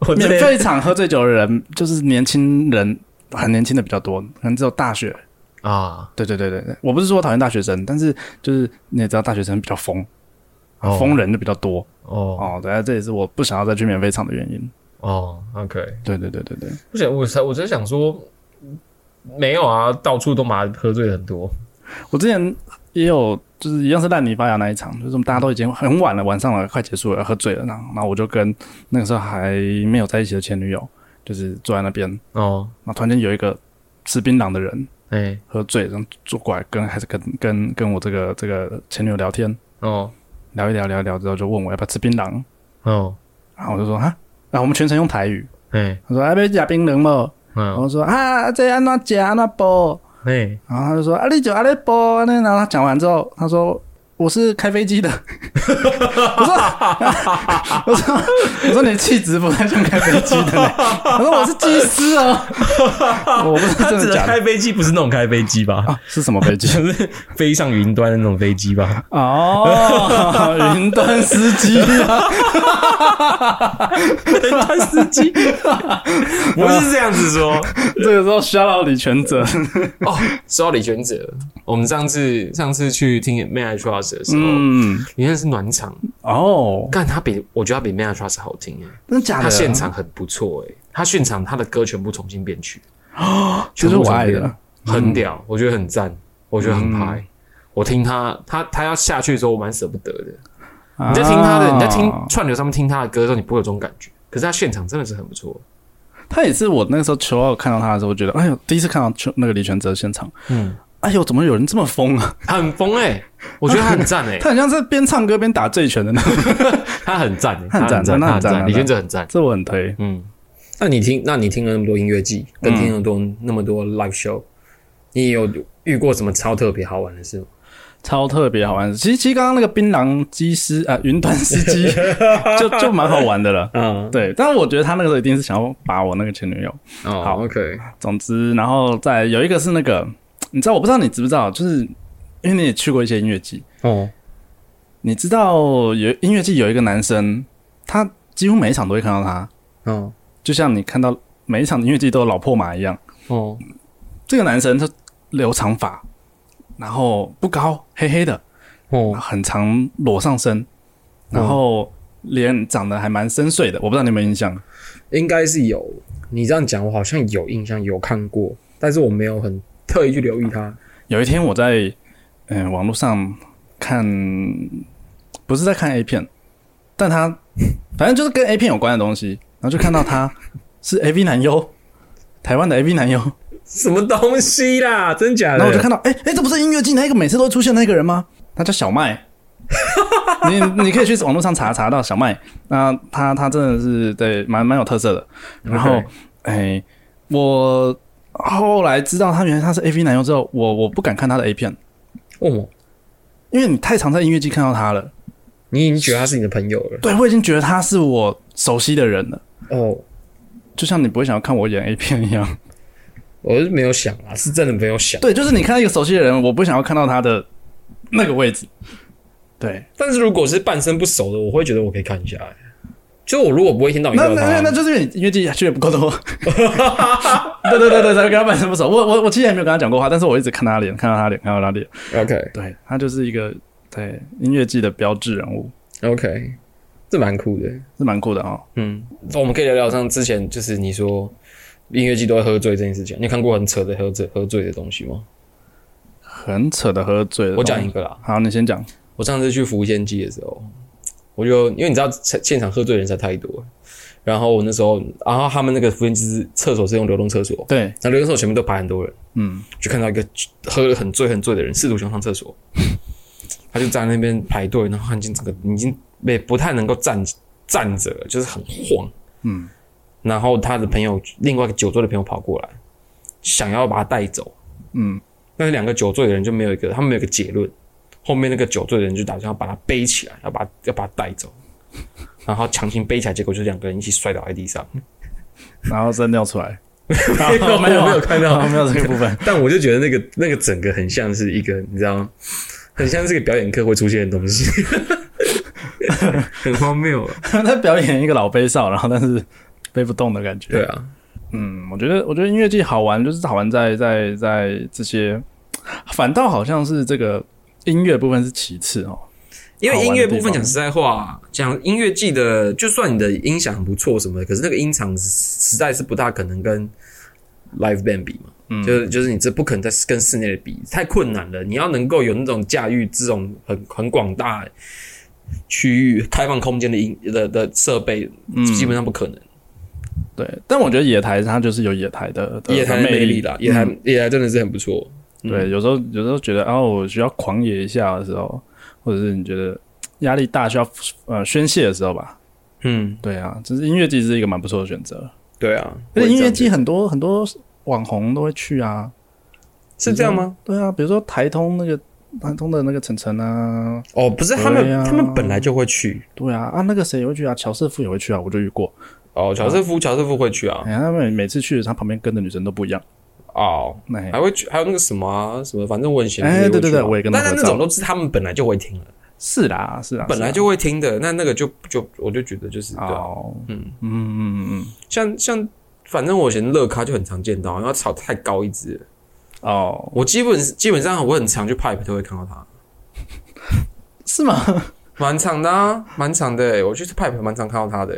Speaker 2: 我这
Speaker 1: 免
Speaker 2: 边
Speaker 1: 费场喝醉酒的人就是年轻人，很年轻的比较多，可能只有大学。
Speaker 2: 啊，
Speaker 1: 对对对对，对我不是说我讨厌大学生，但是就是你也知道，大学生比较疯，
Speaker 2: 哦
Speaker 1: 疯人就比较多
Speaker 2: 哦
Speaker 1: 哦。对啊，这也是我不想要再去免费场的原因。
Speaker 2: 哦，OK。
Speaker 1: 对对对对对，
Speaker 2: 不想，我才我在想说，没有啊，到处都嘛喝醉很多。
Speaker 1: 我之前也有，就是一样是烂泥发芽那一场，就是我们大家都已经很晚了，晚上了，快结束了，喝醉了，然后然后我就跟那个时候还没有在一起的前女友，就是坐在那边，然
Speaker 2: 哦，
Speaker 1: 后突然间有一个吃槟榔的人
Speaker 2: 哎、
Speaker 1: 喝醉，然后坐过来跟还是跟跟跟我这个这个前女友聊天，
Speaker 2: 哦
Speaker 1: 聊一聊聊一聊之后就问我要不要吃槟榔，
Speaker 2: 哦，
Speaker 1: 然后我就说哈，然后我们全程用台语，
Speaker 2: 哎、
Speaker 1: 他说要不要吃槟榔嘛，然
Speaker 2: 嗯，
Speaker 1: 后说啊这安怎吃安怎剥。
Speaker 2: 哎、
Speaker 1: 然后他就说：“啊，你就阿雷波。”那然后他讲完之后，他说：“我是开飞机的。” 我说：“ 我说我说你的气质不太像开飞机的呢。”我说：“我是机师哦。” 我不是
Speaker 2: 他
Speaker 1: 真
Speaker 2: 指
Speaker 1: 的
Speaker 2: 的
Speaker 1: 假的
Speaker 2: 开飞机不是那种开飞机吧？
Speaker 1: 啊？是什么飞机？
Speaker 2: 就是飞上云端的那种飞机吧？
Speaker 1: 哦，云端司机 啊！
Speaker 2: 云端司 机不是这样子说。
Speaker 1: 这个时候需要到李全哲，
Speaker 2: 哦，说到李全哲，我们上次上次去听 m a n a Trust 的时候，
Speaker 1: 嗯，
Speaker 2: 李全哲是暖场，
Speaker 1: 哦，
Speaker 2: 但他比我觉得他比 m a n a Trust 好听哎。
Speaker 1: 真的假的？
Speaker 2: 他现场很不错诶、他现场他的歌全部重新编曲，
Speaker 1: 哦这
Speaker 2: 全
Speaker 1: 是
Speaker 2: 部
Speaker 1: 我
Speaker 2: 重
Speaker 1: 爱
Speaker 2: 新编
Speaker 1: 的，嗯
Speaker 2: 很屌，我觉得很赞，我觉得很嗨。我听他，他他要下去的时候，我蛮舍不得的。
Speaker 1: 你
Speaker 2: 你在听他的，你在听串流上面听他的歌的时候，你不会有这种感觉。可是他现场真的是很不错，
Speaker 1: 他也是我那个时候求偶看到他的时候，我觉得哎呦，第一次看到邱那个李全哲现场，
Speaker 2: 嗯，
Speaker 1: 哎呦，怎么有人这么疯啊？
Speaker 2: 他很疯 诶、我觉得他很赞诶、
Speaker 1: 他很像是边唱歌边打醉拳的那种，
Speaker 2: 他很赞、欸，
Speaker 1: 他很赞他
Speaker 2: 他很
Speaker 1: 很赞
Speaker 2: 赞，
Speaker 1: 他
Speaker 2: 李
Speaker 1: 很赞
Speaker 2: 全哲很赞。
Speaker 1: 这我很推。
Speaker 2: 嗯，
Speaker 4: 那你听，那你听了那么多音乐季，跟听了多、那么多 live
Speaker 1: 嗯
Speaker 4: show，你有遇过什么超特别好玩的事吗？
Speaker 1: 超特别好玩。其实其实刚刚那个槟榔机师啊，云端司 机就就蛮好玩的了。
Speaker 4: 嗯，
Speaker 1: 对，但是我觉得他那个时候一定是想要把我那个前女友。
Speaker 4: 哦
Speaker 1: 好
Speaker 4: ，OK，
Speaker 1: 总之，然后再有一个是那个，你知道我不知道你知不知道，就是因为你也去过一些音乐季，
Speaker 4: 哦，
Speaker 1: 你知道有音乐季有一个男生，他几乎每一场都会看到他，
Speaker 4: 哦，
Speaker 1: 就像你看到每一场音乐季都有老破马一样。
Speaker 4: 哦，
Speaker 1: 这个男生他留长发，然后不高，黑黑的，
Speaker 4: 哦，
Speaker 1: 很长裸上身，然后脸长得还蛮深邃的，我不知道你有没有印象。
Speaker 4: 应该是有。你这样讲，我好像有印象，有看过，但是我没有很特意去留意它。
Speaker 1: 有一天我在嗯、呃网络上看，不是在看 A 片，但他反正就是跟 A 片有关的东西，然后就看到他是 AV 男优，台湾的 AV 男优，
Speaker 4: 什么东西 啦？真假
Speaker 1: 然后我就看到，哎、哎、这不是音乐季那个每次都会出现的那个人吗？他叫小麦。你你可以去网络上查查到小麦，那他他真的是对蛮蛮有特色的。然后
Speaker 4: OK，
Speaker 1: 哎、我后来知道他原来他是 A V 男优之后，我我不敢看他的 A 片，
Speaker 4: 哦，
Speaker 1: 因为你太常在音乐季看到他了。
Speaker 4: 你已经觉得他是你的朋友了。
Speaker 1: 对我已经觉得他是我熟悉的人了，
Speaker 4: 哦，
Speaker 1: 就像你不会想要看我演 A 片一样。
Speaker 4: 我是没有想啊，是真的没有想。
Speaker 1: 对，就是你看到一个熟悉的人，我不想要看到他的那个位置。对，
Speaker 2: 但是如果是半生不熟的，我会觉得我可以看一下、欸。就我如果不会听到一
Speaker 1: 那
Speaker 2: 个
Speaker 1: 那那那
Speaker 2: 哦他，
Speaker 1: 就是因为你音乐剧去的不够 多。对对对对，才会跟他半生不熟。我我我其实也没有跟他讲过话，但是我一直看他脸，看到他脸，看到他脸。
Speaker 2: OK
Speaker 1: 对他就是一个对音乐季的标志人物，
Speaker 2: OK，这蛮酷的。
Speaker 1: 是蛮酷的哦。
Speaker 2: 嗯，我们可以聊聊上之前就是你说音乐季都会喝醉这件事情，你有看过很扯的喝醉喝醉的东西吗？
Speaker 1: 很扯的喝醉了。
Speaker 2: 我讲一个啦，
Speaker 1: 好，你先讲。
Speaker 2: 我上次去福仙季的时候，我就因为你知道现现场喝醉的人才太多了，然后我那时候，然后他们那个福仙季是厕所是用流动厕所，
Speaker 1: 对，
Speaker 2: 那流动厕所前面都排很多人，
Speaker 1: 嗯，
Speaker 2: 就看到一个喝得很醉很醉的人试图想上厕所， 他就站在那边排队，然后他已经整个已经被不太能够站站着了，就是很晃，
Speaker 1: 嗯，
Speaker 2: 然后他的朋友另外一个酒醉的朋友跑过来，想要把他带走，
Speaker 1: 嗯，
Speaker 2: 但是两个酒醉的人就没有一个，他们没有一个结论，后面那个酒醉的人就打算要把他背起来，要把他要把他带走，然后强行背起来，结果就是两个人一起摔倒在地上，
Speaker 1: 然后再尿出 来。
Speaker 2: 没有
Speaker 1: 没有
Speaker 2: 没有看到
Speaker 1: 好没有这个部分。
Speaker 2: 但我就觉得那个那个整个很像是一个，你知道吗？很像是个表演课会出现的东西， 很荒谬啊！
Speaker 1: 他表演一个老悲少，然后但是背不动的感觉。
Speaker 2: 对啊，
Speaker 1: 嗯，我觉得我觉得音乐季好玩，就是好玩在在在这些，反倒好像是这个音乐部分是其次哦。
Speaker 2: 因为音乐
Speaker 1: 好玩的
Speaker 2: 部
Speaker 1: 地方
Speaker 2: 分讲实在话，讲音乐季的，就算你的音响不错什么的，可是那个音场实在是不大可能跟 live band 比嘛。嗯，就是就是你这不可能在跟室内的比，太困难了。你要能够有那种驾驭这种很很广大区域开放空间的音的的设备，基本上不可能。
Speaker 1: 对，但我觉得野台它就是有野台的的
Speaker 2: 野台
Speaker 1: 的
Speaker 2: 的魅
Speaker 1: 力嗯
Speaker 2: 力啦，野台、嗯野台真的是很不错。
Speaker 1: 对，有时候有时候觉得啊，我需要狂野一下的时候，或者是你觉得压力大需要呃宣泄的时候吧。
Speaker 2: 嗯，
Speaker 1: 对啊，就是音乐季是一个蛮不错的选择。
Speaker 2: 对啊，
Speaker 1: 而且音乐
Speaker 2: 季
Speaker 1: 季很多很多网红都会去啊。
Speaker 2: 是这样吗？
Speaker 1: 对啊，比如说台通那个台通的那个晨晨啊，
Speaker 2: 哦，不是，他们、
Speaker 1: 对啊
Speaker 2: 他们本来就会去。
Speaker 1: 对啊啊那个谁也会去啊，乔瑟夫也会去啊，我就遇过。
Speaker 2: 哦，
Speaker 1: 啊
Speaker 2: 乔瑟夫，乔瑟夫会去啊。
Speaker 1: 哎、他们每次去，他旁边跟的女生都不一样。
Speaker 2: 哦，
Speaker 1: 那、
Speaker 2: 还会去，还有那个什么啊，什么，反正我很闲。
Speaker 1: 哎
Speaker 2: 我也会
Speaker 1: 对对
Speaker 2: 去嘛
Speaker 1: 对我也跟他
Speaker 2: 啊但是
Speaker 1: 合
Speaker 2: 那
Speaker 1: 照啊
Speaker 2: 种都是他们本来就会听的，
Speaker 1: 是啦，是啦，
Speaker 2: 本来就会听的。那那个就就我就觉得就是
Speaker 1: 是
Speaker 2: 对
Speaker 1: 啦
Speaker 2: 啊，
Speaker 1: 哦，
Speaker 2: 嗯
Speaker 1: 嗯嗯嗯嗯，
Speaker 2: 像像反正我以前乐咖就很常见到，然后炒太高一只了，
Speaker 1: 哦，
Speaker 2: 我基本基本上我很常去 pipe 都会看到他。
Speaker 1: 是吗？
Speaker 2: 蛮长的、啊，蛮长的、欸。我去 Pipe 蛮常看到他的、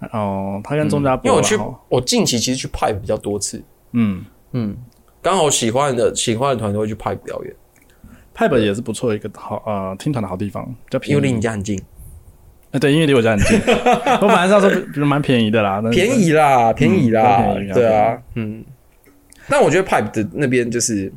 Speaker 2: 欸，
Speaker 1: 哦，他跟钟家
Speaker 2: 嗯因
Speaker 1: 波啦，
Speaker 2: 为我去
Speaker 1: 哦，
Speaker 2: 我近期其实去 Pipe 比较多次。
Speaker 1: 嗯
Speaker 2: 嗯，刚好喜欢的喜欢的团都会去 Pipe 表演，
Speaker 1: ，Pipe 也是不错一个好呃听团的好地方，比较便
Speaker 2: 因为离
Speaker 1: 宜。
Speaker 2: 你家很近，
Speaker 1: 哎对，因为离我家很 近。我本来是要说，比如蛮便宜的啦，但是
Speaker 2: 便。宜啦，便宜啦，
Speaker 1: 嗯比较便宜啊
Speaker 2: 对啊，嗯。但我觉得 Pipe 的那边就是，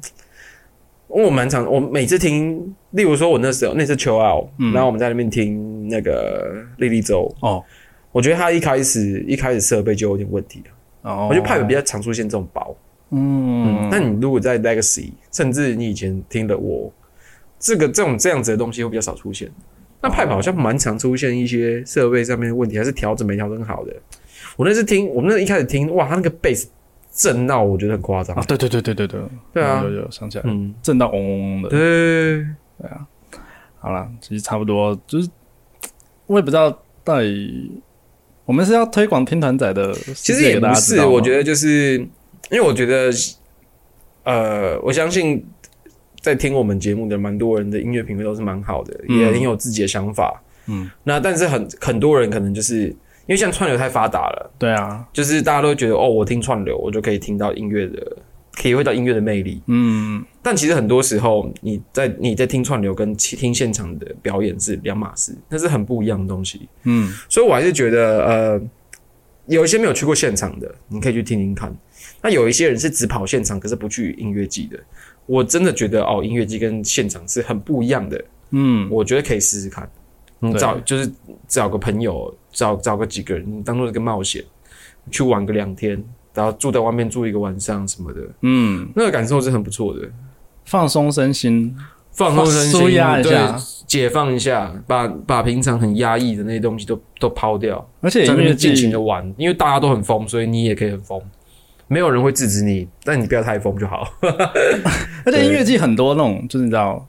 Speaker 2: 我蛮常，我每次听，例如说我那时候那次秋奥，
Speaker 1: 嗯
Speaker 2: 然后我们在那边听那个莉莉周，
Speaker 1: 哦，
Speaker 2: 我觉得他一开始一开始设备就有点问题了，
Speaker 1: 哦，
Speaker 2: 我觉得 Pipe 比较常出现这种包。
Speaker 1: 嗯，
Speaker 2: 那你如果在 Legacy，甚至你以前听的我，这个这种这样子的东西会比较少出现。那派跑好像蛮常出现一些设备上面的问题，还是调整没调整好的。我那次听，我们那一开始听，哇，他那个 bass 震到我觉得很夸张
Speaker 1: 啊，。对对对对对对，
Speaker 2: 对啊
Speaker 1: 有有有想起来，
Speaker 2: 嗯，
Speaker 1: 震到嗡嗡嗡的。
Speaker 2: 对，
Speaker 1: 好啦，其实差不多，就是我也不知道到底我们是要推广听团仔的世界，
Speaker 2: 其实也
Speaker 1: 给
Speaker 2: 不
Speaker 1: 大家知
Speaker 2: 是，
Speaker 1: 道吗
Speaker 2: 我觉得就是因为我觉得，呃，我相信在听我们节目的蛮多人的音乐品味都是蛮好的，
Speaker 1: 嗯
Speaker 2: 也很有自己的想法。
Speaker 1: 嗯，
Speaker 2: 那但是很很多人可能就是因为像串流太发达了，
Speaker 1: 对啊，
Speaker 2: 就是大家都觉得哦，我听串流，我就可以听到音乐的，体会到音乐的魅力。
Speaker 1: 嗯，
Speaker 2: 但其实很多时候，你在你在听串流跟其听现场的表演是两码事，那是很不一样的东西。
Speaker 1: 嗯，
Speaker 2: 所以我还是觉得，呃，有一些没有去过现场的，你可以去听听看。那有一些人是只跑现场，可是不去音乐季的。我真的觉得哦，音乐季跟现场是很不一样的。
Speaker 1: 嗯，
Speaker 2: 我觉得可以试试看。你
Speaker 1: 对
Speaker 2: 找就是找个朋友，找找个几个人，当做一个冒险，去玩个两天，然后住在外面住一个晚上什么的，
Speaker 1: 嗯，
Speaker 2: 那个感受是很不错的，
Speaker 1: 放松身心，
Speaker 2: 放松身心，
Speaker 1: 舒压一
Speaker 2: 对
Speaker 1: 下，
Speaker 2: 解放一下，把把平常很压抑的那些东西都都抛掉，
Speaker 1: 而且
Speaker 2: 在
Speaker 1: 音
Speaker 2: 那
Speaker 1: 乐
Speaker 2: 边尽情
Speaker 1: 季
Speaker 2: 的玩，因为大家都很疯，所以你也可以很疯，没有人会制止你，但你不要太疯就好。
Speaker 1: 而且音乐季很多那种，就是你知道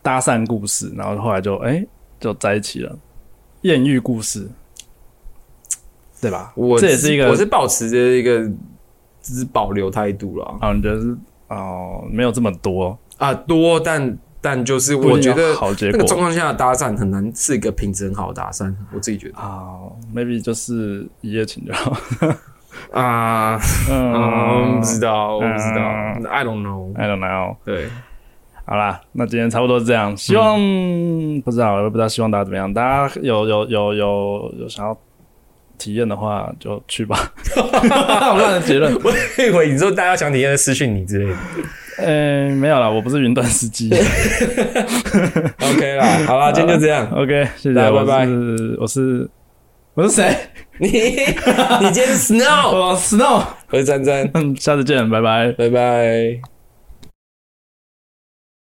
Speaker 1: 搭讪故事，然后后来就哎、就在一起了，艳遇故事，对吧？
Speaker 2: 我
Speaker 1: 这也是一个
Speaker 2: 我是保持着一个就是保留态度啦。
Speaker 1: 啊，你觉得是哦，没有这么多，
Speaker 2: 啊，多，但但就是
Speaker 1: 不
Speaker 2: 我
Speaker 1: 一定
Speaker 2: 觉
Speaker 1: 有
Speaker 2: 得
Speaker 1: 好结
Speaker 2: 那个状
Speaker 1: 果
Speaker 2: 况下的搭讪很难是一个品质很好的搭讪，我自己觉得
Speaker 1: 啊，maybe 就是一夜情就好。
Speaker 2: 啊，嗯，不知道，我不知道
Speaker 1: 嗯
Speaker 2: ，I don't know。
Speaker 1: I don't know。
Speaker 2: 对，
Speaker 1: 好啦，那今天差不多是这样，希望、不知道，我也不知道希望大家怎么样。大家有有有有有想要体验的话，就去吧。 我乱的结 论，
Speaker 2: 我以为你说大家想体验的私讯你之类的。
Speaker 1: 呃、没有啦，我不是云端司机。
Speaker 2: OK 啦，好啦，今天就这 样。
Speaker 1: OK，谢谢，
Speaker 2: 大家拜
Speaker 1: 我
Speaker 2: 拜
Speaker 1: 是我是我是谁？
Speaker 2: 你你今天是 Snow，
Speaker 1: 哦我 Snow，
Speaker 2: 我是詹詹，
Speaker 1: 嗯，下次见，拜拜。
Speaker 2: 拜拜。